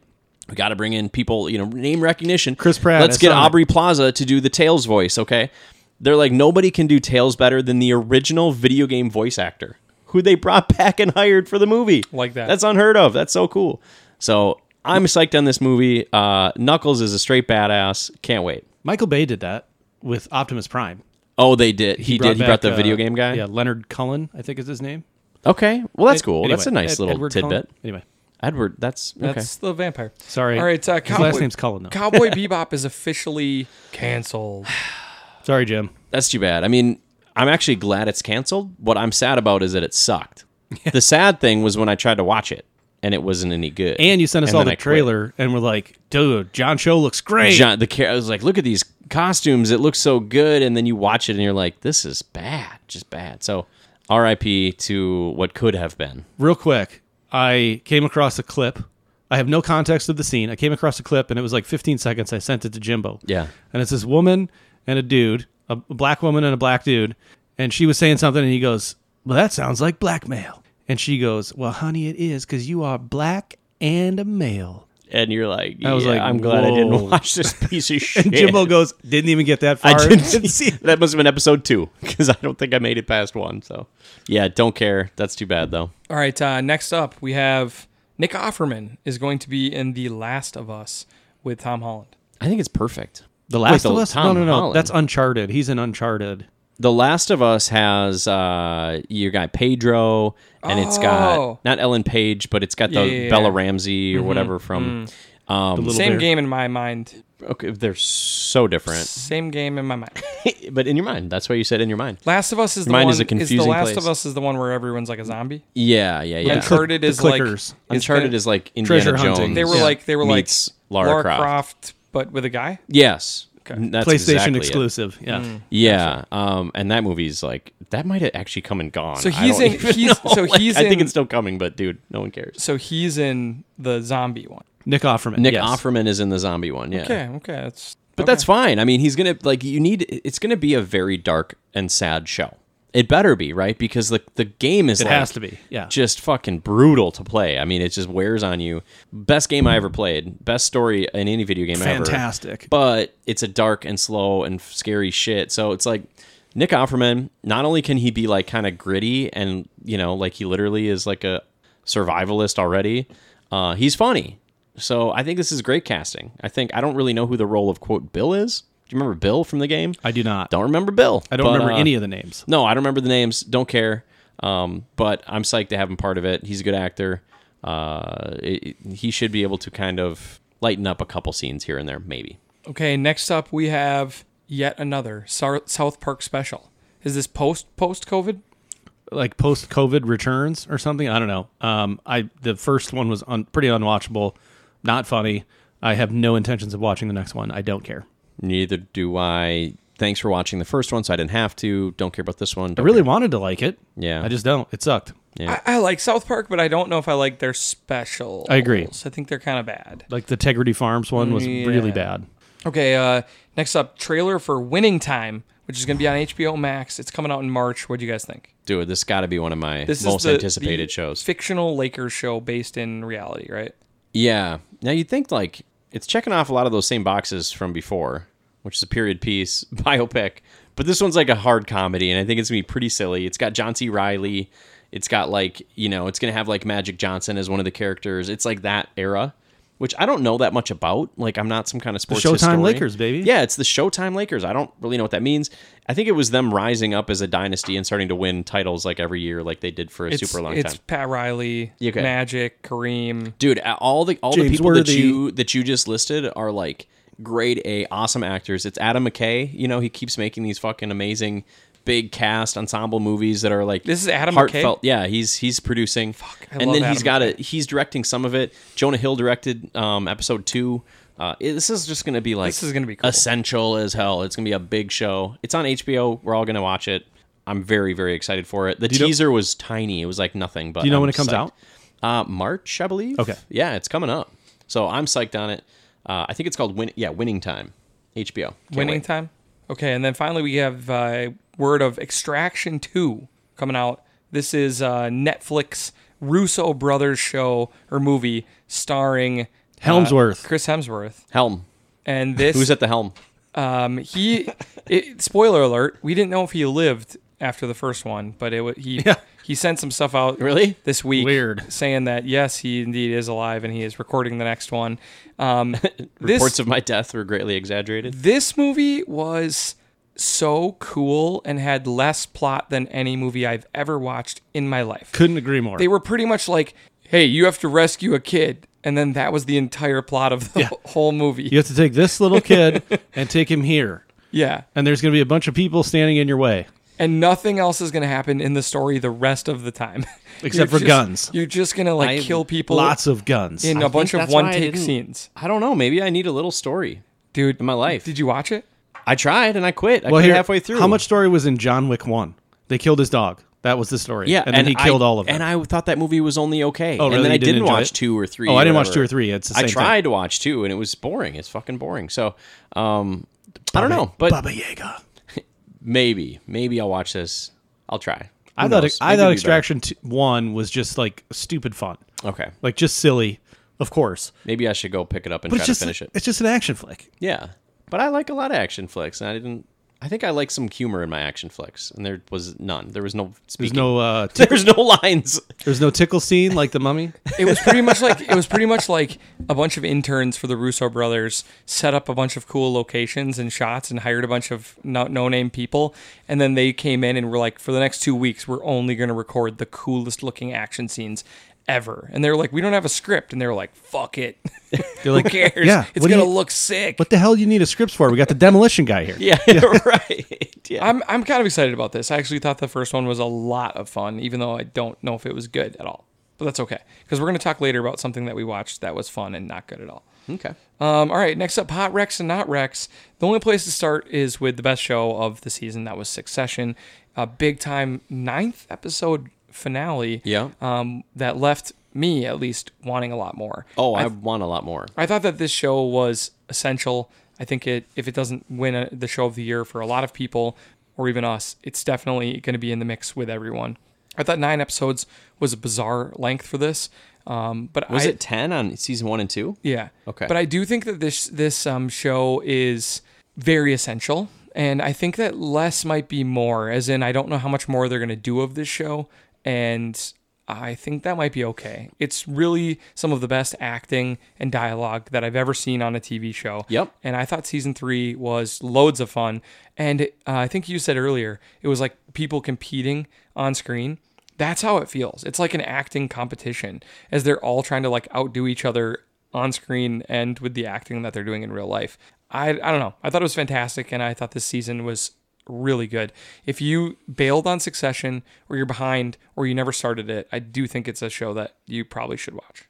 Speaker 3: We got to bring in people, you know, name recognition.
Speaker 2: Chris Pratt
Speaker 3: Let's
Speaker 2: as
Speaker 3: get
Speaker 2: Sonic.
Speaker 3: Aubrey Plaza to do the Tails voice, okay? They're like, nobody can do Tails better than the original video game voice actor who they brought back and hired for the movie.
Speaker 1: Like that.
Speaker 3: That's unheard of. That's so cool. So I'm psyched on this movie. Uh, Knuckles is a straight badass. Can't wait.
Speaker 2: Michael Bay did that with Optimus Prime.
Speaker 3: Oh, they did. He, did. He
Speaker 2: back,
Speaker 3: brought the
Speaker 2: uh,
Speaker 3: video game guy.
Speaker 2: Yeah, Leonard Cullen, I think is his name.
Speaker 3: Okay. Well, that's cool.
Speaker 2: Anyway,
Speaker 3: that's a nice
Speaker 2: Ed-
Speaker 3: little
Speaker 2: Edward
Speaker 3: tidbit.
Speaker 2: Cullen. Anyway,
Speaker 3: Edward. That's okay.
Speaker 1: That's the vampire.
Speaker 2: Sorry.
Speaker 1: All right, uh,
Speaker 2: His
Speaker 1: Cowboy,
Speaker 2: last name's Cullen, though.
Speaker 1: Cowboy Bebop is officially canceled.
Speaker 2: sorry, Jim.
Speaker 3: That's too bad. I mean, I'm actually glad it's canceled. What I'm sad about is that it sucked. the sad thing was when I tried to watch it and it wasn't any good.
Speaker 2: And you sent us all
Speaker 3: then
Speaker 2: the
Speaker 3: I quit.
Speaker 2: trailer, and we're like, dude, John Cho looks great.
Speaker 3: John, the car- I was like, look at these costumes. It looks so good. And then you watch it and you're like, this is bad, just bad. So R.I.P. to what could have been.
Speaker 2: Real quick, I came across a clip. I have no context of the scene. I came across a clip, and it was like 15 seconds. I sent it to Jimbo.
Speaker 3: Yeah.
Speaker 2: And it's this woman and a dude, a black woman and a black dude. And she was saying something, and he goes, Well, that sounds like blackmail. And she goes, Well, honey, it is because you are black and a male.
Speaker 3: And you're like, I
Speaker 2: was
Speaker 3: was
Speaker 2: like,
Speaker 3: like, I'm glad I
Speaker 2: whoa.
Speaker 3: didn't watch this piece of shit.
Speaker 2: And Jimbo goes, Didn't even get that far.
Speaker 3: I didn't
Speaker 2: see
Speaker 3: see that. Must have been episode two because I don't think I made it past one. So yeah, don't care. That's too bad though.
Speaker 1: All right. Uh, next up, we have Nick Offerman is going to be in The Last of Us with Tom Holland.
Speaker 3: I think it's perfect.
Speaker 2: The Last
Speaker 3: Wait,
Speaker 2: of
Speaker 3: the
Speaker 2: Us?
Speaker 3: Tom
Speaker 2: no, no, no.
Speaker 3: Holland.
Speaker 2: That's Uncharted. He's an Uncharted.
Speaker 3: The Last of Us has uh, your guy Pedro, and it's
Speaker 1: Oh.
Speaker 3: got not Ellen Page, but it's got the
Speaker 1: Yeah, yeah, Mm-hmm, mm. yeah.
Speaker 3: Bella Ramsey or whatever from. Um,
Speaker 2: Little
Speaker 1: Same
Speaker 2: bear.
Speaker 1: game in my mind.
Speaker 3: okay, they're so different,
Speaker 1: Same game in my mind.
Speaker 3: but in your mind, that's why you said in your mind.
Speaker 1: Last of Us is the
Speaker 3: Mine
Speaker 1: one.
Speaker 3: is a
Speaker 1: the
Speaker 3: confusing
Speaker 1: Last
Speaker 3: place.
Speaker 1: of Us is the one where everyone's like a zombie.
Speaker 3: Yeah, yeah, yeah.
Speaker 2: click-
Speaker 1: Uncharted
Speaker 2: the
Speaker 1: is like
Speaker 2: clickers.
Speaker 1: is
Speaker 3: Uncharted
Speaker 1: the-
Speaker 3: is like Indiana
Speaker 2: Treasure
Speaker 3: Jones.
Speaker 2: hunting.
Speaker 1: They were
Speaker 2: Yeah.
Speaker 1: like they were like
Speaker 3: meets
Speaker 1: Lara,
Speaker 3: Lara
Speaker 1: Croft.
Speaker 3: Croft.
Speaker 1: but with a guy.
Speaker 3: Yes, that's
Speaker 2: PlayStation
Speaker 3: exactly it.
Speaker 2: exclusive. Yeah.
Speaker 1: Mm.
Speaker 3: Yeah, um, and that movie's like that might have actually come and gone.
Speaker 1: So
Speaker 3: I
Speaker 1: he's
Speaker 3: don't
Speaker 1: in-
Speaker 3: even
Speaker 1: he's-
Speaker 3: know.
Speaker 1: so
Speaker 3: Like,
Speaker 1: he's
Speaker 3: I think
Speaker 1: in-
Speaker 3: it's still coming, but dude, no one cares.
Speaker 1: So he's in the zombie one.
Speaker 2: Nick Offerman.
Speaker 3: Nick
Speaker 2: yes.
Speaker 3: Offerman is in the zombie one. Yeah,
Speaker 1: Okay, okay, that's
Speaker 3: but that's fine. I mean, he's gonna like you need. It's gonna be a very dark and sad show. It better be right because the the game is
Speaker 2: It
Speaker 3: like,
Speaker 2: has to be. Yeah.
Speaker 3: just fucking brutal to play. I mean, it just wears on you. Best game I ever played. Best story in any video game ever.
Speaker 2: Fantastic.
Speaker 3: But it's a dark and slow and f- scary shit. So it's like Nick Offerman, not only can he be like kind of gritty and, you know, like he literally is like a survivalist already, uh, he's funny. So I think this is great casting. I think I don't really know who the role of quote Bill is. Do you remember Bill from the game?
Speaker 2: I do not.
Speaker 3: don't remember Bill.
Speaker 2: I don't
Speaker 3: uh,
Speaker 2: remember any of the names.
Speaker 3: No, I don't remember the names. Don't care. Um, but I'm psyched to have him part of it. He's a good actor. Uh, it, it- he should be able to kind of lighten up a couple scenes here and there, maybe.
Speaker 1: okay. Next up, we have yet another Sar- South Park special. Is this post post COVID?
Speaker 2: like post COVID returns or something. I don't know. Um, I the first one was un, pretty unwatchable, not funny. I have no intentions of watching the next one. I don't care.
Speaker 3: Neither do I. Thanks for watching the first one, so I didn't have to. Don't care about this one.
Speaker 2: I
Speaker 3: Don't
Speaker 2: really wanted to like it.
Speaker 3: Yeah.
Speaker 2: I just don't. It sucked.
Speaker 3: Yeah.
Speaker 1: I, I like South Park, but I don't know if I like their special.
Speaker 2: I agree.
Speaker 1: I think they're kind of bad.
Speaker 2: Like the Tegrity Farms one was
Speaker 1: Yeah.
Speaker 2: really bad.
Speaker 1: Okay, uh, next up, trailer for Winning Time, which is going to be on HBO Max. It's coming out in March. What do you guys think?
Speaker 3: do it. This got to be one of my
Speaker 1: This
Speaker 3: most
Speaker 1: is the,
Speaker 3: anticipated
Speaker 1: the
Speaker 3: shows.
Speaker 1: Fictional Lakers show based in reality, right?
Speaker 3: yeah. Now you'd think like it's checking off a lot of those same boxes from before, which is a period piece biopic, but this one's like a hard comedy, and I think it's gonna be pretty silly. It's got John C. Riley. It's got like you know, it's gonna have like Magic Johnson as one of the characters. It's like that era. Which I don't know that much about. Like I'm not some kind of sports
Speaker 2: Showtime
Speaker 3: historian.
Speaker 2: Lakers, baby.
Speaker 3: Yeah, it's the Showtime Lakers. I don't really know what that means. I think it was them rising up as a dynasty and starting to win titles like every year, like they did for a
Speaker 1: It's,
Speaker 3: super long
Speaker 1: it's
Speaker 3: time.
Speaker 1: Pat Riley,
Speaker 3: You okay?
Speaker 1: Magic, Kareem.
Speaker 3: dude a- all the all
Speaker 2: James
Speaker 3: the people
Speaker 2: Worthy.
Speaker 3: that you that you just listed are like grade a awesome actors it's adam mckay you know he keeps making these fucking amazing big cast ensemble movies that are like
Speaker 1: This is Adam McKay?
Speaker 3: heartfelt yeah he's he's producing
Speaker 1: Fuck, I
Speaker 3: and
Speaker 1: love
Speaker 3: then
Speaker 1: Adam
Speaker 3: he's got a he's directing some of it jonah hill directed um episode two uh, it- this is just gonna be like
Speaker 1: This is gonna be cool.
Speaker 3: essential as hell. It's gonna be a big show. It's on HBO. We're all gonna watch it. I'm very very excited for it. The
Speaker 2: you know-
Speaker 3: teaser was tiny. It was like nothing. But
Speaker 2: Do you know
Speaker 3: I'm
Speaker 2: when it comes
Speaker 3: psyched.
Speaker 2: out?
Speaker 3: Uh, March, I believe.
Speaker 2: Okay.
Speaker 3: Yeah, it's coming up. So I'm psyched on it. Uh, I think it's called Win. Yeah, Winning Time. HBO. Can't
Speaker 1: winning
Speaker 3: wait.
Speaker 1: time. Okay, and then finally we have uh, word of Extraction Two coming out. This is uh, Netflix Russo brothers show or movie starring uh,
Speaker 2: Helmsworth.
Speaker 1: Chris Hemsworth,
Speaker 3: Helm.
Speaker 1: and this
Speaker 3: Who's at the helm?
Speaker 1: um, he. it, spoiler alert: We didn't know if he lived after the first one, but it wa- he
Speaker 2: Yeah.
Speaker 1: he sent some stuff out
Speaker 3: Really?
Speaker 1: this week,
Speaker 2: Weird.
Speaker 1: saying that yes, he indeed is alive and he is recording the next one. Um, this,
Speaker 3: Reports of my death were greatly exaggerated.
Speaker 1: this movie was so cool and had less plot than any movie I've ever watched in my life.
Speaker 2: Couldn't agree more.
Speaker 1: They were pretty much like, "Hey, you have to rescue a kid," and then that was the entire plot of the whole movie.
Speaker 2: you have to take this little kid and take him here,
Speaker 1: Yeah,
Speaker 2: and there's going to be a bunch of people standing in your way.
Speaker 1: and nothing else is going to happen in the story the rest of the time,
Speaker 2: Except
Speaker 1: You're
Speaker 2: for
Speaker 1: just-
Speaker 2: guns.
Speaker 1: You're just going to like
Speaker 3: I-
Speaker 1: kill people
Speaker 2: Lots of guns.
Speaker 1: in a
Speaker 3: think
Speaker 1: bunch of
Speaker 3: that's why I
Speaker 1: one take
Speaker 3: didn't-
Speaker 1: scenes,
Speaker 3: I don't know. Maybe I need a little story.
Speaker 1: dude.
Speaker 3: In my life.
Speaker 1: did you watch it?
Speaker 3: I tried and I quit. I
Speaker 2: well,
Speaker 3: quit
Speaker 2: here,
Speaker 3: halfway through.
Speaker 2: How much story was in John Wick One? They killed his dog. That was the story.
Speaker 3: Yeah,
Speaker 2: and then he killed
Speaker 3: I-
Speaker 2: all of them.
Speaker 3: And I thought that movie was only okay.
Speaker 2: Oh,
Speaker 3: And
Speaker 2: really?
Speaker 3: then I
Speaker 2: You didn't
Speaker 3: didn't,
Speaker 2: enjoy
Speaker 3: watch
Speaker 2: it?
Speaker 3: two or three.
Speaker 2: Oh, I didn't watch
Speaker 3: whatever.
Speaker 2: two or three. It's the
Speaker 3: I
Speaker 2: same
Speaker 3: tried to watch two, and it was boring. It's fucking boring. So, um, I don't know, but
Speaker 2: Baba Yaga.
Speaker 3: maybe, maybe I'll watch this. I'll try.
Speaker 2: I
Speaker 3: Who
Speaker 2: thought
Speaker 3: knows?
Speaker 2: I
Speaker 3: Maybe
Speaker 2: thought
Speaker 3: it'll be
Speaker 2: Extraction t- One was just like stupid fun,
Speaker 3: better. Okay,
Speaker 2: like just silly, of course.
Speaker 3: maybe I should go pick it up and
Speaker 2: But
Speaker 3: try
Speaker 2: it's
Speaker 3: to
Speaker 2: just
Speaker 3: finish it.
Speaker 2: it's just an action flick.
Speaker 3: Yeah, but I like a lot of action flicks, and I didn't. I think I like some humor in my action flicks, and there was none. There was no
Speaker 2: There's
Speaker 3: speaking.
Speaker 2: no uh, tick-
Speaker 3: There's no lines.
Speaker 2: there's no tickle scene like the Mummy.
Speaker 1: It was pretty much like it was pretty much like a bunch of interns for the Russo brothers set up a bunch of cool locations and shots and hired a bunch of no name people, and then they came in and were like, for the next two weeks, we're only going to record the coolest looking action scenes ever. And they're like, we don't have a script, and they're like, fuck it,
Speaker 2: They're like,
Speaker 1: who cares?
Speaker 2: Yeah,
Speaker 1: it's
Speaker 2: what do
Speaker 1: gonna
Speaker 2: you-
Speaker 1: look sick.
Speaker 2: What the hell do you need a script for? We got the demolition guy here.
Speaker 3: Yeah, right. Yeah.
Speaker 1: I'm I'm kind of excited about this. I actually thought the first one was a lot of fun, even though I don't know if it was good at all. But that's okay because we're going to talk later about something that we watched that was fun and not good at all.
Speaker 3: okay.
Speaker 1: Um, all right, next up, hot Rex and not Rex. The only place to start is with the best show of the season. That was Succession, a big time ninth episode finale.
Speaker 3: Yeah.
Speaker 1: Um, that left me at least wanting a lot more.
Speaker 3: Oh, I want a lot more.
Speaker 1: I thought that this show was essential. I think it if it doesn't win a, the show of the year for a lot of people or even us, it's definitely going to be in the mix with everyone. I thought nine episodes was a bizarre length for this, um, but
Speaker 3: Was
Speaker 1: I,
Speaker 3: it ten on season one and two?
Speaker 1: yeah.
Speaker 3: Okay.
Speaker 1: But I do think that this this um, show is very essential, and I think that less might be more. As in, I don't know how much more they're going to do of this show, and I think that might be okay. It's really some of the best acting and dialogue that I've ever seen on a TV show.
Speaker 3: Yep.
Speaker 1: And I thought season three was loads of fun, and uh, I think you said earlier it was like people competing on screen that's how it feels. It's like an acting competition as they're all trying to like outdo each other on screen and with the acting that they're doing in real life. I I don't know. I thought it was fantastic and I thought this season was really good. If you bailed on Succession or you're behind or you never started it, I do think it's a show that you probably should watch.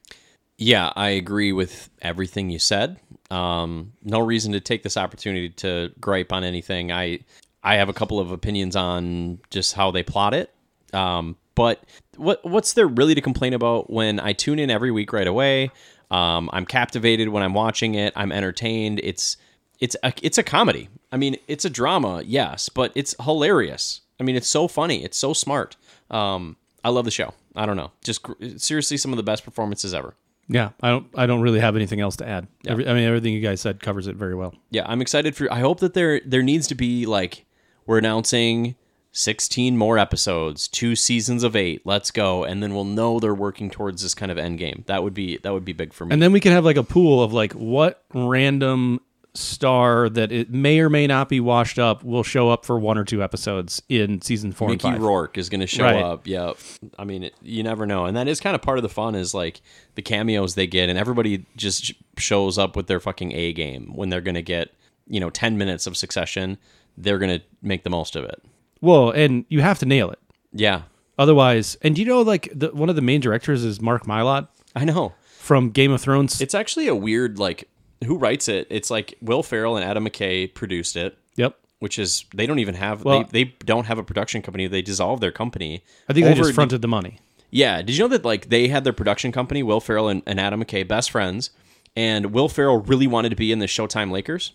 Speaker 3: Yeah, I agree with everything you said. Um, no reason to take this opportunity to gripe on anything. I I have a couple of opinions on just how they plot it. Um, but what what's there really to complain about when I tune in every week right away? Um, I'm captivated when I'm watching it. I'm entertained. It's it's a, it's a comedy. I mean, it's a drama, yes, but it's hilarious. I mean, it's so funny. It's so smart. Um, I love the show. I don't know. Just gr- seriously, some of the best performances ever.
Speaker 2: Yeah, I don't I don't really have anything else to add. Every, I mean, everything you guys said covers it very well.
Speaker 3: yeah, I'm excited for. I hope that there there needs to be like we're announcing 16 more episodes, two seasons of eight. Let's go, and then we'll know they're working towards this kind of end game. That would be that would be big for me.
Speaker 2: And then we can have like a pool of like what random star that it may or may not be washed up will show up for one or two episodes in season four
Speaker 3: Mickey
Speaker 2: and five.
Speaker 3: Rourke is going to show
Speaker 2: Right.
Speaker 3: up. Yeah, I mean, it, you never know, and that is kind of part of the fun is like the cameos they get, and everybody just sh- shows up with their fucking A game when they're going to get you know 10 minutes of Succession. They're going to make the most of it.
Speaker 2: Well, and you have to nail it,
Speaker 3: Yeah,
Speaker 2: otherwise. And you know, like the, one of the main directors is Mark Mylod
Speaker 3: I know.
Speaker 2: from Game of Thrones.
Speaker 3: It's actually a weird like who writes it. It's like Will Ferrell and Adam McKay produced it,
Speaker 2: yep,
Speaker 3: which is they don't even have
Speaker 2: Well-
Speaker 3: they, they don't have a production company. They dissolved their company.
Speaker 2: I think they
Speaker 3: over-
Speaker 2: just fronted the money.
Speaker 3: Yeah, did you know that like they had their production company, Will Ferrell and, and Adam McKay, best friends, and Will Ferrell really wanted to be in the Showtime Lakers,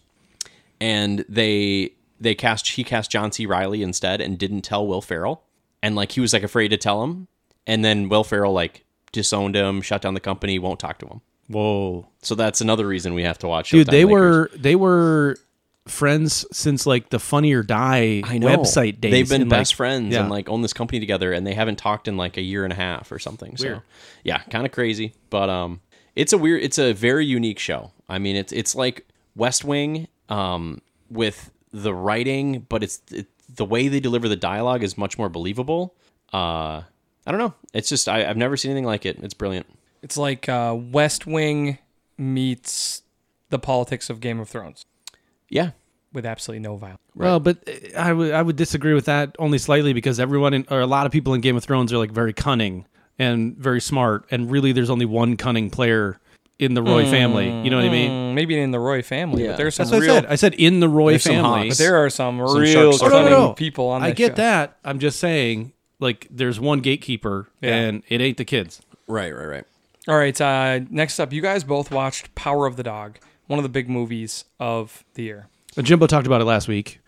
Speaker 3: and they they cast he cast John C. Riley instead and didn't tell Will Ferrell, and like he was like afraid to tell him, and then Will Ferrell like disowned him, shut down the company, won't talk to him.
Speaker 2: Whoa,
Speaker 3: So that's another reason we have to watch.
Speaker 2: dude,
Speaker 3: Showtime
Speaker 2: they
Speaker 3: Lakers.
Speaker 2: were they were friends since like the Funny or Die
Speaker 3: I know.
Speaker 2: website days.
Speaker 3: They've been
Speaker 2: and, like-
Speaker 3: best friends
Speaker 2: yeah.
Speaker 3: and like own this company together, and they haven't talked in like a year and a half or something. So
Speaker 2: Weird.
Speaker 3: yeah, kind of crazy, but um, it's a weird, it's a very unique show. I mean, it's it's like West Wing, um, with the writing, but it's it, the way they deliver the dialogue is much more believable. Uh, I don't know. It's just I, I've never seen anything like it. It's brilliant.
Speaker 1: It's like uh, West Wing meets the politics of Game of Thrones.
Speaker 3: Yeah,
Speaker 1: with absolutely no violence.
Speaker 2: Well, but uh, I would I would disagree with that only slightly because everyone in, or a lot of people in Game of Thrones are like very cunning and very smart, and really there's only one cunning player in the Roy family. You know what I mean?
Speaker 1: Mm, Maybe in the Roy family,
Speaker 3: Yeah.
Speaker 1: but there's some
Speaker 2: That's what
Speaker 1: real
Speaker 2: I said. I said in the Roy
Speaker 3: There's some
Speaker 2: family.
Speaker 3: Hawks.
Speaker 1: but there are some,
Speaker 3: Some
Speaker 1: real
Speaker 3: sharks are
Speaker 2: Oh, no,
Speaker 1: cunning
Speaker 2: no, no.
Speaker 1: people on
Speaker 2: I
Speaker 1: this
Speaker 2: get
Speaker 1: show.
Speaker 2: that. I'm just saying, like, there's one gatekeeper,
Speaker 1: Yeah.
Speaker 2: and it ain't the kids.
Speaker 3: Right, right, right.
Speaker 1: All right, uh, next up, you guys both watched Power of the Dog, one of the big movies of the year.
Speaker 2: Uh, Jimbo talked about it last week.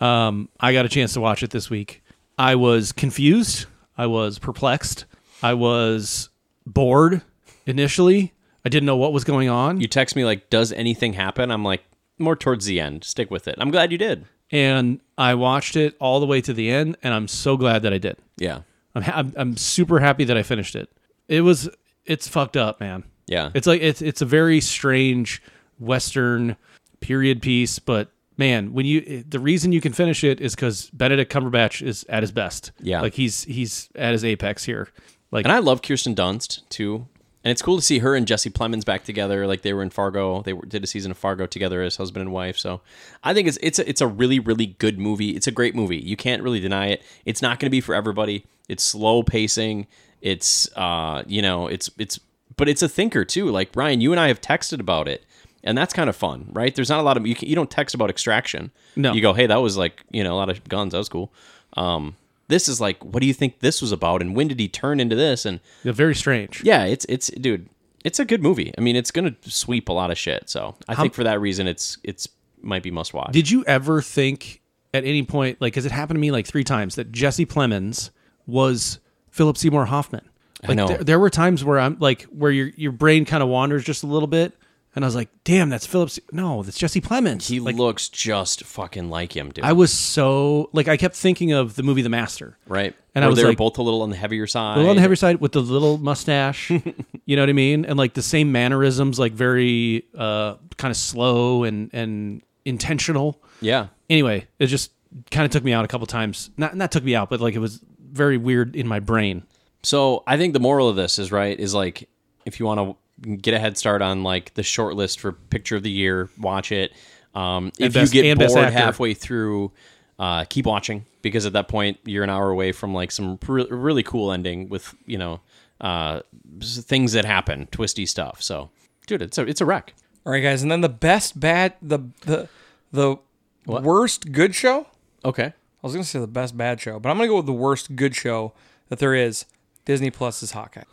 Speaker 2: Um, I got a chance to watch it this week. I was confused. I was perplexed. I was bored initially. I didn't know what was going on.
Speaker 3: You text me like, "Does anything happen?" I'm like, "More towards the end. Stick with it." I'm glad you did.
Speaker 2: and I watched it all the way to the end, and I'm so glad that I did.
Speaker 3: Yeah,
Speaker 2: I'm, ha- I'm, I'm super happy that I finished it. It was it's fucked up, man.
Speaker 3: yeah.
Speaker 2: It's like it's it's a very strange Western period piece, but man, when you it- the reason you can finish it is because Benedict Cumberbatch is at his best.
Speaker 3: Yeah.
Speaker 2: like he's he's at his apex here. Like
Speaker 3: and I love Kirsten Dunst too. And it's cool to see her and Jesse Plemons back together. Like they were in Fargo. They were, did a season of Fargo together as husband and wife. So I think it's it's a, it's a really really good movie. It's a great movie. You can't really deny it. It's not going to be for everybody. It's slow pacing. It's uh you know it's it's but it's a thinker too. Like Ryan, you and I have texted about it, and that's kind of fun, right? There's not a lot of you, can, you don't text about Extraction.
Speaker 2: No.
Speaker 3: you go, hey, that was like you know a lot of guns. That was cool. Um, this is like, what do you think this was about, and when did he turn into this? And
Speaker 2: yeah, very strange.
Speaker 3: yeah, it's it's dude, it's a good movie. I mean, it's gonna sweep a lot of shit. So I think for that reason, it's it's might be must watch.
Speaker 2: Did you ever think at any point, like, because it happened to me like three times, that Jesse Plemons was Philip Seymour Hoffman? Like,
Speaker 3: know.
Speaker 2: There, there were times where I'm like, where your your brain kind of wanders just a little bit, and I was like, damn, that's Philip. Se- no, that's Jesse Plemons.
Speaker 3: he
Speaker 2: like,
Speaker 3: looks just fucking like him, dude.
Speaker 2: I was so like, I kept thinking of the movie The Master,
Speaker 3: right?
Speaker 2: and I
Speaker 3: Where
Speaker 2: was
Speaker 3: they
Speaker 2: like-
Speaker 3: were both a little on the heavier
Speaker 2: A
Speaker 3: side.
Speaker 2: little on the heavier side with the little mustache, you know what I mean, and like the same mannerisms, like very uh, kind of slow and and intentional.
Speaker 3: Yeah,
Speaker 2: anyway, it just kind of took me out a couple times. Not not took me out, but like it was very weird in my brain.
Speaker 3: So I think the moral of this is right is like if you want to get a head start on like the short list for picture of the year, watch it. Um, if
Speaker 2: best-
Speaker 3: you get
Speaker 2: and best
Speaker 3: bored
Speaker 2: actor.
Speaker 3: halfway through, uh, keep watching because at that point you're an hour away from like some re- really cool ending with you know uh, s- things that happen, twisty stuff. So, dude, it's a it's a wreck.
Speaker 1: All right, guys, and then the best bad, the the the worst good show.
Speaker 3: Okay,
Speaker 1: I was gonna say the best bad show, but I'm gonna go with the worst good show that there is. Disney Plus is Hawkeye.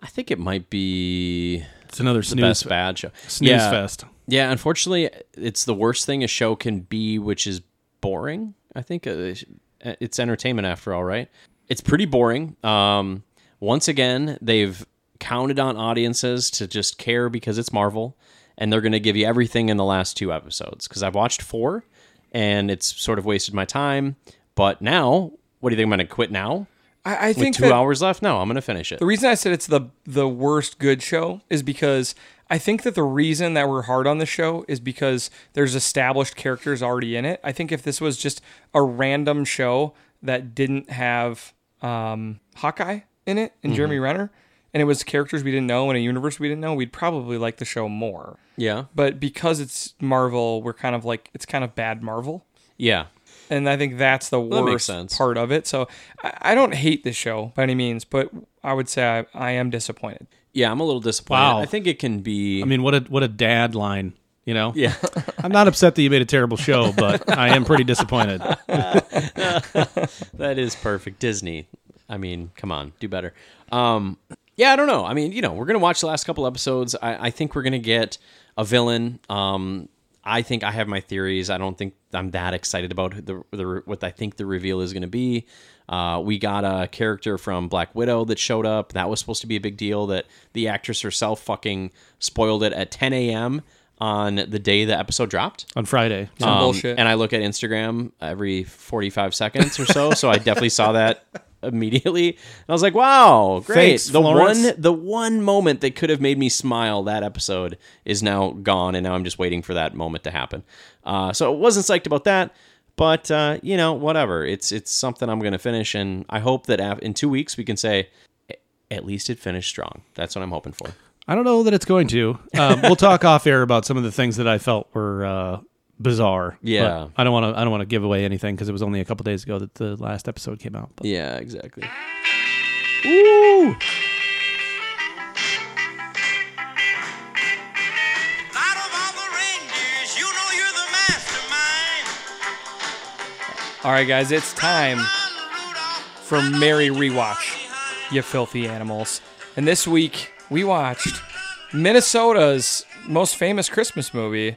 Speaker 3: I think it might be
Speaker 2: It's another
Speaker 3: the
Speaker 2: snooze,
Speaker 3: best bad show.
Speaker 2: snooze
Speaker 3: Yeah.
Speaker 2: fest.
Speaker 3: Yeah, unfortunately, it's the worst thing a show can be, which is boring. I think uh, it's entertainment after all, right? It's pretty boring. Um, once again, they've counted on audiences to just care because it's Marvel, and they're going to give you everything in the last two episodes. Because I've watched four, and it's sort of wasted my time. But now, what do you think? I'm going to quit now?
Speaker 1: I, I
Speaker 3: With
Speaker 1: think
Speaker 3: two
Speaker 1: that
Speaker 3: hours left? No, I'm going to finish it.
Speaker 1: The reason I said it's the the worst good show is because I think that the reason that we're hard on the show is because there's established characters already in it. I think if this was just a random show that didn't have um, Hawkeye in it and Jeremy Renner, and it was characters we didn't know in a universe we didn't know, we'd probably like the show more.
Speaker 3: Yeah,
Speaker 1: But because it's Marvel, we're kind of like it's kind of bad Marvel
Speaker 3: yeah.
Speaker 1: and I think that's the
Speaker 3: that makes
Speaker 1: worst
Speaker 3: sense.
Speaker 1: part of it. So I, I don't hate this show by any means, but I would say I, I am disappointed.
Speaker 3: Yeah, I'm a little disappointed.
Speaker 2: Wow.
Speaker 3: I think it can be.
Speaker 2: I mean, what a what a dad line, you know?
Speaker 3: yeah.
Speaker 2: I'm not upset that you made a terrible show, but I am pretty disappointed.
Speaker 3: That is perfect. Disney. I mean, come on, do better. Um, yeah, I don't know. I mean, you know, we're gonna watch the last couple episodes. I, I think we're gonna get a villain. Um, I think I have my theories. I don't think I'm that excited about who the, the what I think the reveal is gonna be. Uh, we got a character from Black Widow that showed up. That was supposed to be a big deal. That the actress herself fucking spoiled it at 10 a.m. on the day the episode dropped.
Speaker 2: On Friday.
Speaker 1: Some
Speaker 3: Um,
Speaker 1: bullshit.
Speaker 3: And I look at Instagram every 45 seconds or so. so I definitely saw that immediately. And I was like, wow, great.
Speaker 2: Thanks,
Speaker 3: the
Speaker 2: Florence.
Speaker 3: one the one moment that could have made me smile that episode is now gone. And now I'm just waiting for that moment to happen. Uh, so I wasn't psyched about that. But uh, you know, whatever. It's it's something I'm gonna finish, and I hope that af- in two weeks we can say, "A- at least it finished strong. That's what I'm hoping for.
Speaker 2: I don't know that it's going to. Um, we'll talk off air about some of the things that I felt were uh, bizarre. but
Speaker 3: Yeah.
Speaker 2: I don't want to. I don't want to give away anything because it was only a couple days ago that the last episode came out. But
Speaker 3: Yeah, exactly.
Speaker 4: Out of all the reindeers, you know you're the mastermind.
Speaker 1: All right, guys, it's time for Merry Rewatch, you filthy animals. And this week, we watched Minnesota's most famous Christmas movie.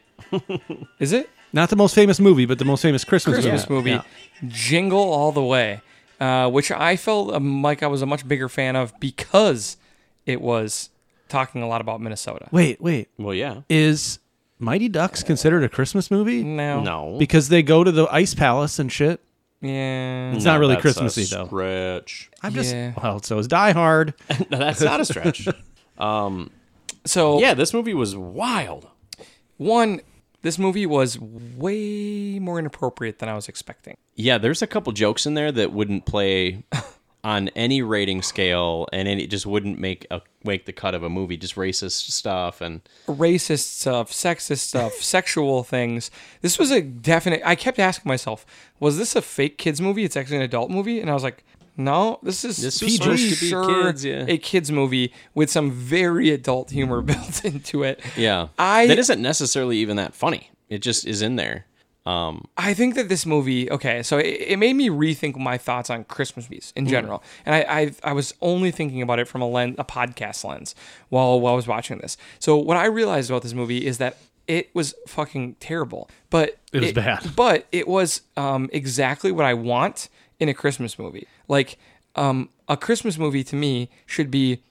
Speaker 1: Is it?
Speaker 2: not the most famous movie, but the most famous Christmas,
Speaker 1: Christmas movie,
Speaker 2: movie.
Speaker 1: Jingle All the Way, uh, which I felt um, like I was a much bigger fan of because it was talking a lot about Minnesota.
Speaker 2: Wait, wait.
Speaker 3: Well, yeah.
Speaker 2: Is Mighty Ducks considered a Christmas movie?
Speaker 1: No.
Speaker 3: No.
Speaker 2: Because they go to the ice palace and shit.
Speaker 1: Yeah.
Speaker 3: Mm.
Speaker 2: It's not really
Speaker 3: That's a
Speaker 2: Christmassy though.
Speaker 3: Stretch.
Speaker 2: I'm just
Speaker 1: Yeah.
Speaker 2: well. So is Die Hard.
Speaker 3: No, that's not a stretch.
Speaker 1: So,
Speaker 3: yeah, this movie was wild.
Speaker 1: one, this movie was way more inappropriate than I was expecting.
Speaker 3: Yeah, there's a couple jokes in there that wouldn't play on any rating scale, and it just wouldn't make a make the cut of a movie. Just racist stuff, and
Speaker 1: racist stuff, sexist stuff, sexual things. This was a definite. I kept asking myself, was this a fake kids movie? It's actually an adult movie, and I was like, no, this is
Speaker 3: This was
Speaker 1: PG
Speaker 3: supposed to be
Speaker 1: sure
Speaker 3: kids, yeah.
Speaker 1: a kids movie with some very adult humor built into it.
Speaker 3: yeah,
Speaker 1: I-
Speaker 3: that isn't necessarily even that funny. It just is in there.
Speaker 1: I think that this movie, okay, so it, it made me rethink my thoughts on Christmas movies
Speaker 2: Mm.
Speaker 1: in general, and I, I I was only thinking about it from a lens, a podcast lens, while while I was watching this. So what I realized about this movie is that it was fucking terrible, but
Speaker 2: It was bad.
Speaker 1: but it was um, exactly what I want in a Christmas movie. Like um, a Christmas movie to me should be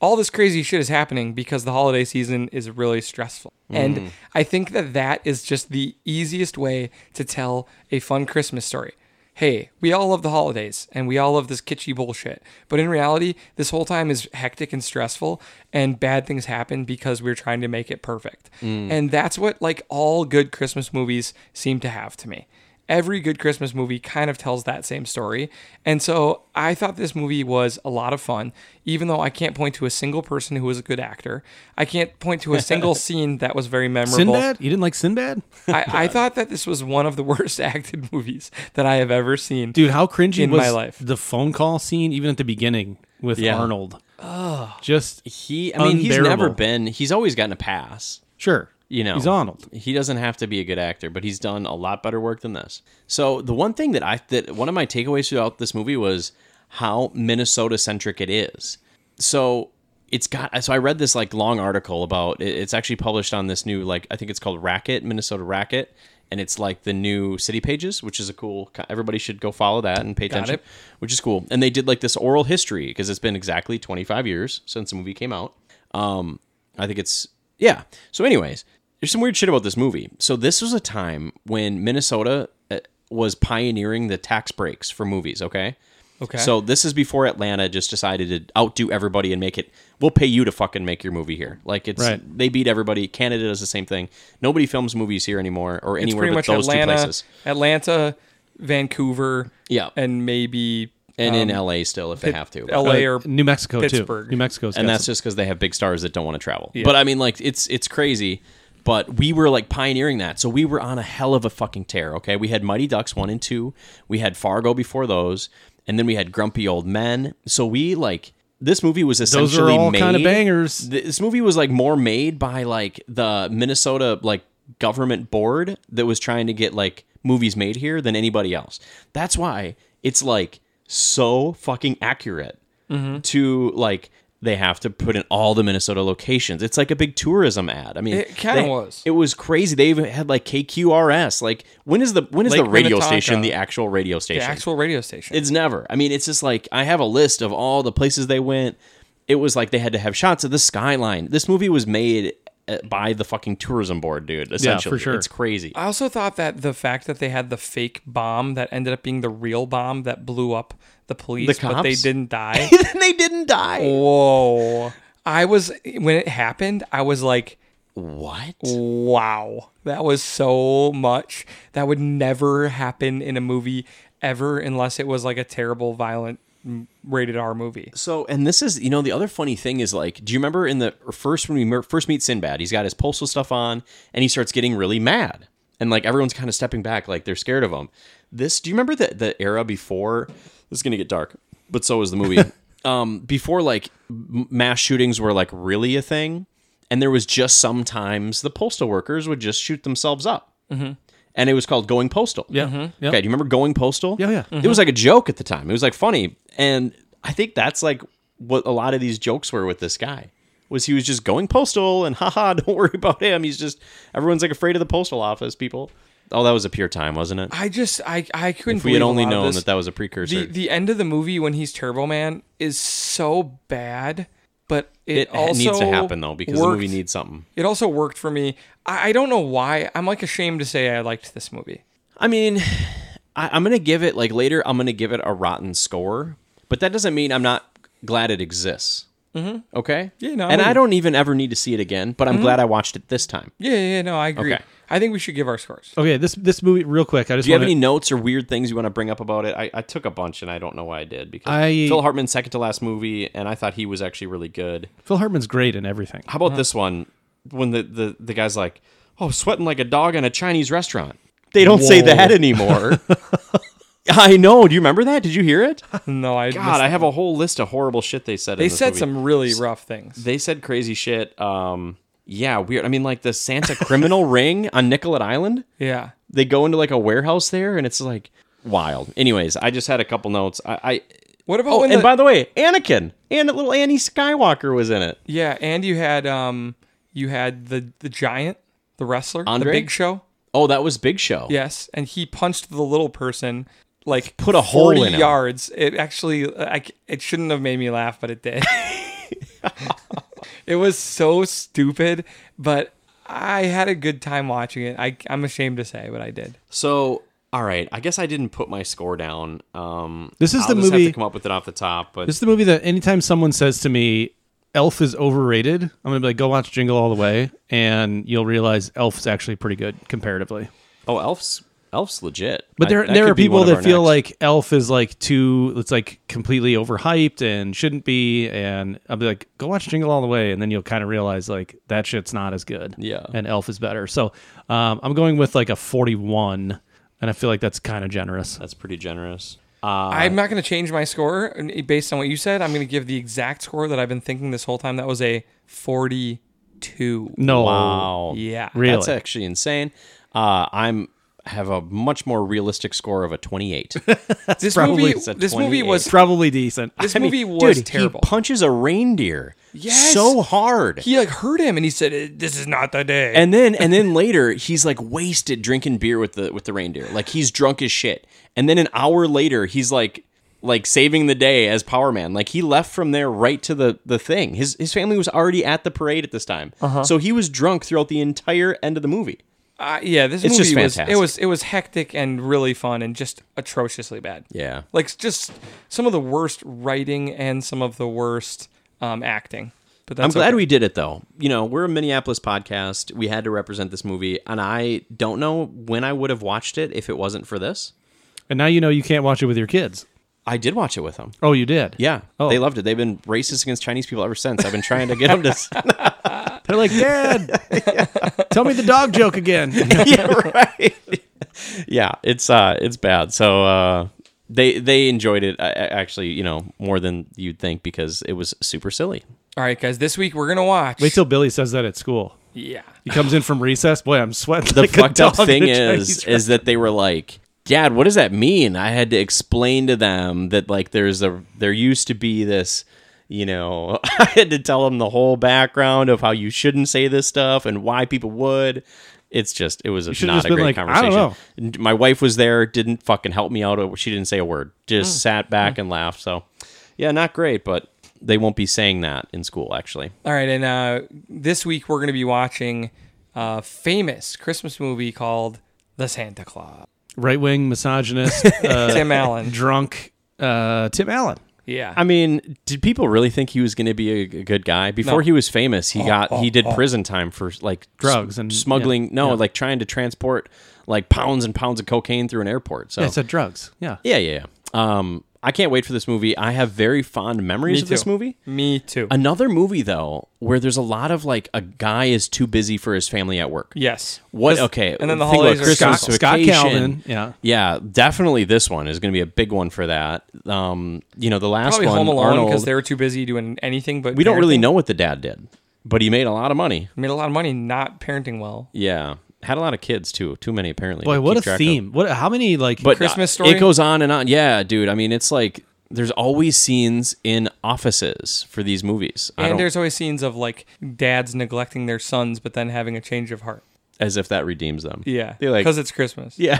Speaker 1: all this crazy shit is happening because the holiday season is really stressful. And I think that that is just the easiest way to tell a fun Christmas story. Hey, we all love the holidays and we all love this kitschy bullshit. But in reality, this whole time is hectic and stressful and bad things happen because we're trying to make it perfect. And that's what like all good Christmas movies seem to have to me every good Christmas movie kind of tells that same story. And so I thought this movie was a lot of fun, even though I can't point to a single person who was a good actor. I can't point to a single scene that was very memorable.
Speaker 2: Sinbad. You didn't like Sinbad,
Speaker 1: I, I thought that this was one of the worst acted movies that I have ever seen.
Speaker 2: dude? How cringy
Speaker 1: In
Speaker 2: was
Speaker 1: my life.
Speaker 2: the phone call scene, even at the beginning with
Speaker 3: Yeah.
Speaker 2: Arnold? Just
Speaker 3: He, I mean, he's never
Speaker 2: Unbearable.
Speaker 3: been. He's always gotten a pass.
Speaker 2: sure.
Speaker 3: You know,
Speaker 2: he's Arnold.
Speaker 3: He doesn't have to be a good actor, but he's done a lot better work than this. So the one thing that I that one of my takeaways throughout this movie was how Minnesota centric it is. So it's got so I read this like long article about it- it's actually published on this new like I think it's called Racket Minnesota Racket, and it's like the new city pages, which is a cool. Everybody should go follow that and pay attention,
Speaker 1: it.
Speaker 3: which is cool. And they did like this oral history because it's been exactly 25 years since the movie came out. Um, I think it's yeah. So, anyways, there's some weird shit about this movie. So this was a time when Minnesota uh, was pioneering the tax breaks for movies. Okay.
Speaker 1: Okay.
Speaker 3: So this is before Atlanta just decided to outdo everybody and make it. We'll pay you to fucking make your movie here. Like it's
Speaker 2: Right.
Speaker 3: they beat everybody. Canada does the same thing. Nobody films movies here anymore or
Speaker 1: it's
Speaker 3: anywhere
Speaker 1: pretty
Speaker 3: but
Speaker 1: much
Speaker 3: those two
Speaker 1: Atlanta,
Speaker 3: places.
Speaker 1: Atlanta, Vancouver,
Speaker 3: Yeah.
Speaker 1: and maybe
Speaker 3: And in
Speaker 1: um,
Speaker 3: LA still if they have to.
Speaker 1: LA or
Speaker 2: Uh, New Mexico
Speaker 1: Pittsburgh.
Speaker 2: too. New Mexico's
Speaker 3: and
Speaker 2: got
Speaker 3: that's
Speaker 2: some-
Speaker 3: just because they have big stars that don't want to travel. But I mean, like it's it's crazy. But we were like pioneering that, so we were on a hell of a fucking tear. Okay, we had Mighty Ducks one and two, we had Fargo before those, and then we had Grumpy Old Men. So we like this movie was essentially
Speaker 2: those are all
Speaker 3: made-
Speaker 2: kind of bangers.
Speaker 3: Th- This movie was like more made by like the Minnesota like government board that was trying to get like movies made here than anybody else. That's why it's like so fucking accurate
Speaker 1: Mm-hmm.
Speaker 3: to like they have to put in all the Minnesota locations. It's like a big tourism ad. I mean,
Speaker 1: It kinda
Speaker 3: they-
Speaker 1: was.
Speaker 3: It was crazy. They even had like KQRS. Like when is the when is
Speaker 1: Lake
Speaker 3: the radio
Speaker 1: Minnetonka.
Speaker 3: station the actual radio
Speaker 1: the
Speaker 3: station?
Speaker 1: actual radio station.
Speaker 3: It's never. I mean, it's just like I have a list of all the places they went. It was like they had to have shots of the skyline. This movie was made uh, by the fucking tourism board, dude. Essentially,
Speaker 2: sure.
Speaker 3: it's crazy.
Speaker 1: I also thought that the fact that they had the fake bomb that ended up being the real bomb that blew up the police,
Speaker 3: The
Speaker 1: but they
Speaker 3: cops?
Speaker 1: didn't die.
Speaker 3: then they didn't die.
Speaker 1: Whoa. I was, when it happened, I was like,
Speaker 3: What?
Speaker 1: wow, that was so much. That would never happen in a movie ever unless it was like a terrible, violent, m- rated R movie.
Speaker 3: So, and this is, you know, the other funny thing is like, do you remember in the first when we mer- first meet Sinbad, he's got his postal stuff on, and he starts getting really mad. and like everyone's kind of stepping back, like they're scared of him. This, do you remember the the era before? This is gonna get dark, but so is the movie. um, before like m- mass shootings were like really a thing, and there was just sometimes the postal workers would just shoot themselves up, mm-hmm. and it was called going postal.
Speaker 2: Yeah. Mhm. Yep.
Speaker 3: Okay. Do you remember going postal?
Speaker 2: Yeah, yeah.
Speaker 3: It was like a joke at the time. It was like funny, and I think that's like what a lot of these jokes were with this guy. Was he was just going postal and haha, don't worry about him. He's just everyone's like afraid of the postal office people. Oh, that was a pure time, wasn't it?
Speaker 1: I just I I couldn't.
Speaker 3: If we had
Speaker 1: believe a
Speaker 3: only
Speaker 1: lot of
Speaker 3: known
Speaker 1: this.
Speaker 3: that that was a precursor.
Speaker 1: the the end of the movie when he's Turbo Man is so bad, but it,
Speaker 3: it
Speaker 1: also
Speaker 3: needs to happen though because the movie
Speaker 1: worked-
Speaker 3: needs something.
Speaker 1: It also worked for me. I, I don't know why. I'm like ashamed to say I liked this movie.
Speaker 3: I mean, I, I'm gonna give it like later. I'm gonna give it a rotten score, but that doesn't mean I'm not glad it exists. Mm-hmm. Okay.
Speaker 1: Yeah, no, I'm
Speaker 3: and
Speaker 1: with
Speaker 3: I
Speaker 1: you.
Speaker 3: don't even ever need to see it again, but I'm glad I watched it this time.
Speaker 1: Yeah, yeah, yeah, no, I agree.
Speaker 3: Okay.
Speaker 1: I think we should give our scores.
Speaker 2: Okay, this this movie real quick. I just
Speaker 3: Do you have
Speaker 2: wanna-
Speaker 3: any notes or weird things you want to bring up about it? I, I took a bunch and I don't know why I did because
Speaker 2: I-
Speaker 3: Phil Hartman's second to last movie, and I thought he was actually really good.
Speaker 2: Phil Hartman's great in everything.
Speaker 3: How about this one when the, the, the guy's like, oh, sweating like a dog in a Chinese restaurant? They don't say that anymore. I know. Do you remember that? Did you hear it?
Speaker 1: No, I
Speaker 3: God,
Speaker 1: missed-
Speaker 3: I have a whole list of horrible shit they said.
Speaker 1: they
Speaker 3: in this
Speaker 1: said
Speaker 3: movie.
Speaker 1: some really rough things.
Speaker 3: They said crazy shit. Um, yeah, weird. I mean, like the Santa criminal ring on Nicollet Island
Speaker 1: Yeah.
Speaker 3: they go into like a warehouse there and it's like wild anyways i just had a couple notes i, I
Speaker 1: What about
Speaker 3: oh
Speaker 1: when
Speaker 3: and
Speaker 1: the,
Speaker 3: by the way anakin and little annie skywalker was in it
Speaker 1: yeah, and you had um you had the the giant, the wrestler,
Speaker 3: Andre?
Speaker 1: the Big Show.
Speaker 3: oh that was big show
Speaker 1: Yes, and he punched the little person like
Speaker 3: Put a hole
Speaker 1: 40
Speaker 3: in him.
Speaker 1: yards. It actually, I, c- it shouldn't have made me laugh, but it did. it was so stupid, but I had a good time watching it. I, I'm ashamed to say, but I did.
Speaker 3: so all right i guess i didn't put my score down um
Speaker 2: This is
Speaker 3: I'll
Speaker 2: the
Speaker 3: just have
Speaker 2: movie-
Speaker 3: to come up with it off the top but
Speaker 2: This is the movie that anytime someone says to me, Elf is overrated, I'm gonna be like, go watch Jingle All the Way, and you'll realize Elf's actually pretty good comparatively.
Speaker 3: oh elf's elf's legit
Speaker 2: But
Speaker 3: I-
Speaker 2: there
Speaker 3: that
Speaker 2: there
Speaker 3: could
Speaker 2: are
Speaker 3: be
Speaker 2: people
Speaker 3: one of
Speaker 2: that
Speaker 3: our
Speaker 2: feel
Speaker 3: next.
Speaker 2: like Elf is like too it's like completely overhyped and shouldn't be, and I'll be like, go watch Jingle All the Way, and then you'll kind of realize like that shit's not as good.
Speaker 3: Yeah.
Speaker 2: and Elf is better. So um, I'm going with like a 41, and I feel like that's kind of generous.
Speaker 3: that's pretty generous uh
Speaker 1: I'm not going to change my score and based on what you said. I'm going to give the exact score that I've been thinking this whole time. That was a 42.
Speaker 2: No,
Speaker 3: wow
Speaker 1: Yeah.
Speaker 2: Really?
Speaker 3: that's actually insane uh i'm have a much more realistic score of a 28
Speaker 1: This
Speaker 2: probably
Speaker 1: movie,
Speaker 3: it's a
Speaker 1: this movie
Speaker 3: 28.
Speaker 1: was
Speaker 2: probably decent.
Speaker 1: this
Speaker 3: I mean,
Speaker 1: movie was
Speaker 3: dude,
Speaker 1: terrible.
Speaker 3: He punches a reindeer
Speaker 1: Yes.
Speaker 3: so hard.
Speaker 1: he like hurt him and he said, "This is not the day."
Speaker 3: and then and then later he's like wasted drinking beer with the with the reindeer. Like he's drunk as shit. And then an hour later he's like like saving the day as Power Man. Like he left from there right to the the thing. His his family was already at the parade at this time. So he was drunk throughout the entire end of the movie.
Speaker 1: Uh, yeah, this
Speaker 3: It's
Speaker 1: movie
Speaker 3: just
Speaker 1: was it
Speaker 3: fantastic.
Speaker 1: was it was hectic and really fun and just atrociously bad.
Speaker 3: Yeah.
Speaker 1: like just some of the worst writing and some of the worst um, acting. But that's
Speaker 3: I'm glad
Speaker 1: okay.
Speaker 3: we did it though. You know, we're a Minneapolis podcast. We had to represent this movie, and I don't know when I would have watched it if it wasn't for this.
Speaker 2: And now you know you can't watch it with your kids.
Speaker 3: I did watch it with him.
Speaker 2: Oh, you did?
Speaker 3: Yeah,
Speaker 2: Oh.
Speaker 3: they loved it. They've been racist against Chinese people ever since. I've been trying to get them to.
Speaker 2: They're like, Dad, tell me the dog joke again.
Speaker 3: yeah, right. yeah, it's uh, it's bad. So uh, they they enjoyed it uh, actually, you know, more than you'd think because it was super silly.
Speaker 1: All right, guys, this week we're gonna watch.
Speaker 2: Wait till Billy says that at school.
Speaker 1: yeah,
Speaker 2: He comes in from recess. Boy, I'm sweating.
Speaker 3: The
Speaker 2: like a
Speaker 3: fucked up
Speaker 2: dog in
Speaker 3: thing
Speaker 2: a Chinese
Speaker 3: is is that they were like, "Dad, what does that mean?" I had to explain to them that like there's a there used to be this. You know, I had to tell them the whole background of how you shouldn't say this stuff and why people would. It's just, it was a,
Speaker 2: should've
Speaker 3: not
Speaker 2: just
Speaker 3: a
Speaker 2: been
Speaker 3: great
Speaker 2: like, "I
Speaker 3: conversation.
Speaker 2: don't know."
Speaker 3: N- my wife was there, didn't fucking help me out. uh, She didn't say a word, just
Speaker 2: Mm.
Speaker 3: sat back and laughed. So, yeah, not great, but they won't be saying that in school, actually.
Speaker 1: All right, and uh, this week we're gonna be watching a famous Christmas movie called The Santa Claus.
Speaker 2: right wing misogynist, uh,
Speaker 1: Tim Allen.
Speaker 2: drunk uh, Tim Allen.
Speaker 1: Yeah,
Speaker 3: I mean, did people really think he was going to be a g- good guy before
Speaker 1: No. Oh,
Speaker 3: he was famous? He got he did prison time for like s-
Speaker 2: Drugs and-
Speaker 3: smuggling.
Speaker 2: yeah,
Speaker 3: no,
Speaker 2: yeah.
Speaker 3: like trying to transport like pounds and pounds of cocaine through an airport. So
Speaker 2: I said drugs. Yeah.
Speaker 3: yeah, yeah, yeah. Um, I can't wait for this movie. I have very fond memories
Speaker 1: Me
Speaker 3: of this
Speaker 1: too.
Speaker 3: movie.
Speaker 1: Me too.
Speaker 3: Another movie though, where there's a lot of like a guy is too busy for his family at work.
Speaker 1: yes.
Speaker 3: What?
Speaker 1: This-
Speaker 3: okay.
Speaker 1: And then the
Speaker 3: think about
Speaker 1: holidays are
Speaker 3: Christmas
Speaker 1: Scott-
Speaker 2: Scott
Speaker 3: vacation.
Speaker 2: Calvin, yeah.
Speaker 3: Yeah. Definitely this one is going to be a big one for that. Um, you know, the last
Speaker 1: probably
Speaker 3: one,
Speaker 1: Home Alone
Speaker 3: Arnold,
Speaker 1: because they were too busy doing anything. But
Speaker 3: we don't really
Speaker 1: parenting.
Speaker 3: know what the dad did, but he made a lot of money.
Speaker 1: Made a lot of money not parenting well.
Speaker 3: Yeah. Had a lot of kids too. Too many apparently.
Speaker 2: Boy,
Speaker 3: to
Speaker 2: what
Speaker 3: keep
Speaker 2: a
Speaker 3: track of.
Speaker 2: theme! What? How many like?
Speaker 3: But
Speaker 1: Christmas
Speaker 3: uh,
Speaker 1: Story?
Speaker 3: It goes on and on. Yeah, dude. I mean, it's like there's always scenes in offices for these movies. I
Speaker 1: And
Speaker 3: don't-
Speaker 1: there's always scenes of like dads neglecting their sons, but then having a change of heart.
Speaker 3: as if that redeems them.
Speaker 1: Yeah,
Speaker 3: They're like,
Speaker 1: because it's Christmas.
Speaker 3: yeah.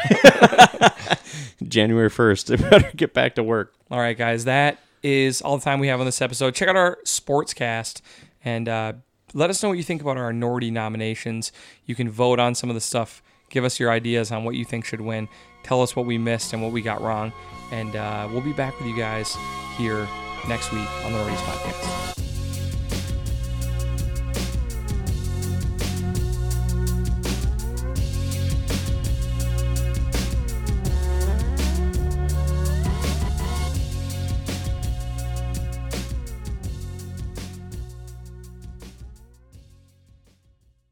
Speaker 3: January 1st, they better get back to work.
Speaker 1: All right, guys, that is all the time we have on this episode. Check out our sportscast and uh, let us know what you think about our Nordy nominations. You can vote on some of the stuff. Give us your ideas on what you think should win. Tell us what we missed and what we got wrong. And uh, we'll be back with you guys here next week on the Nordy's Podcast.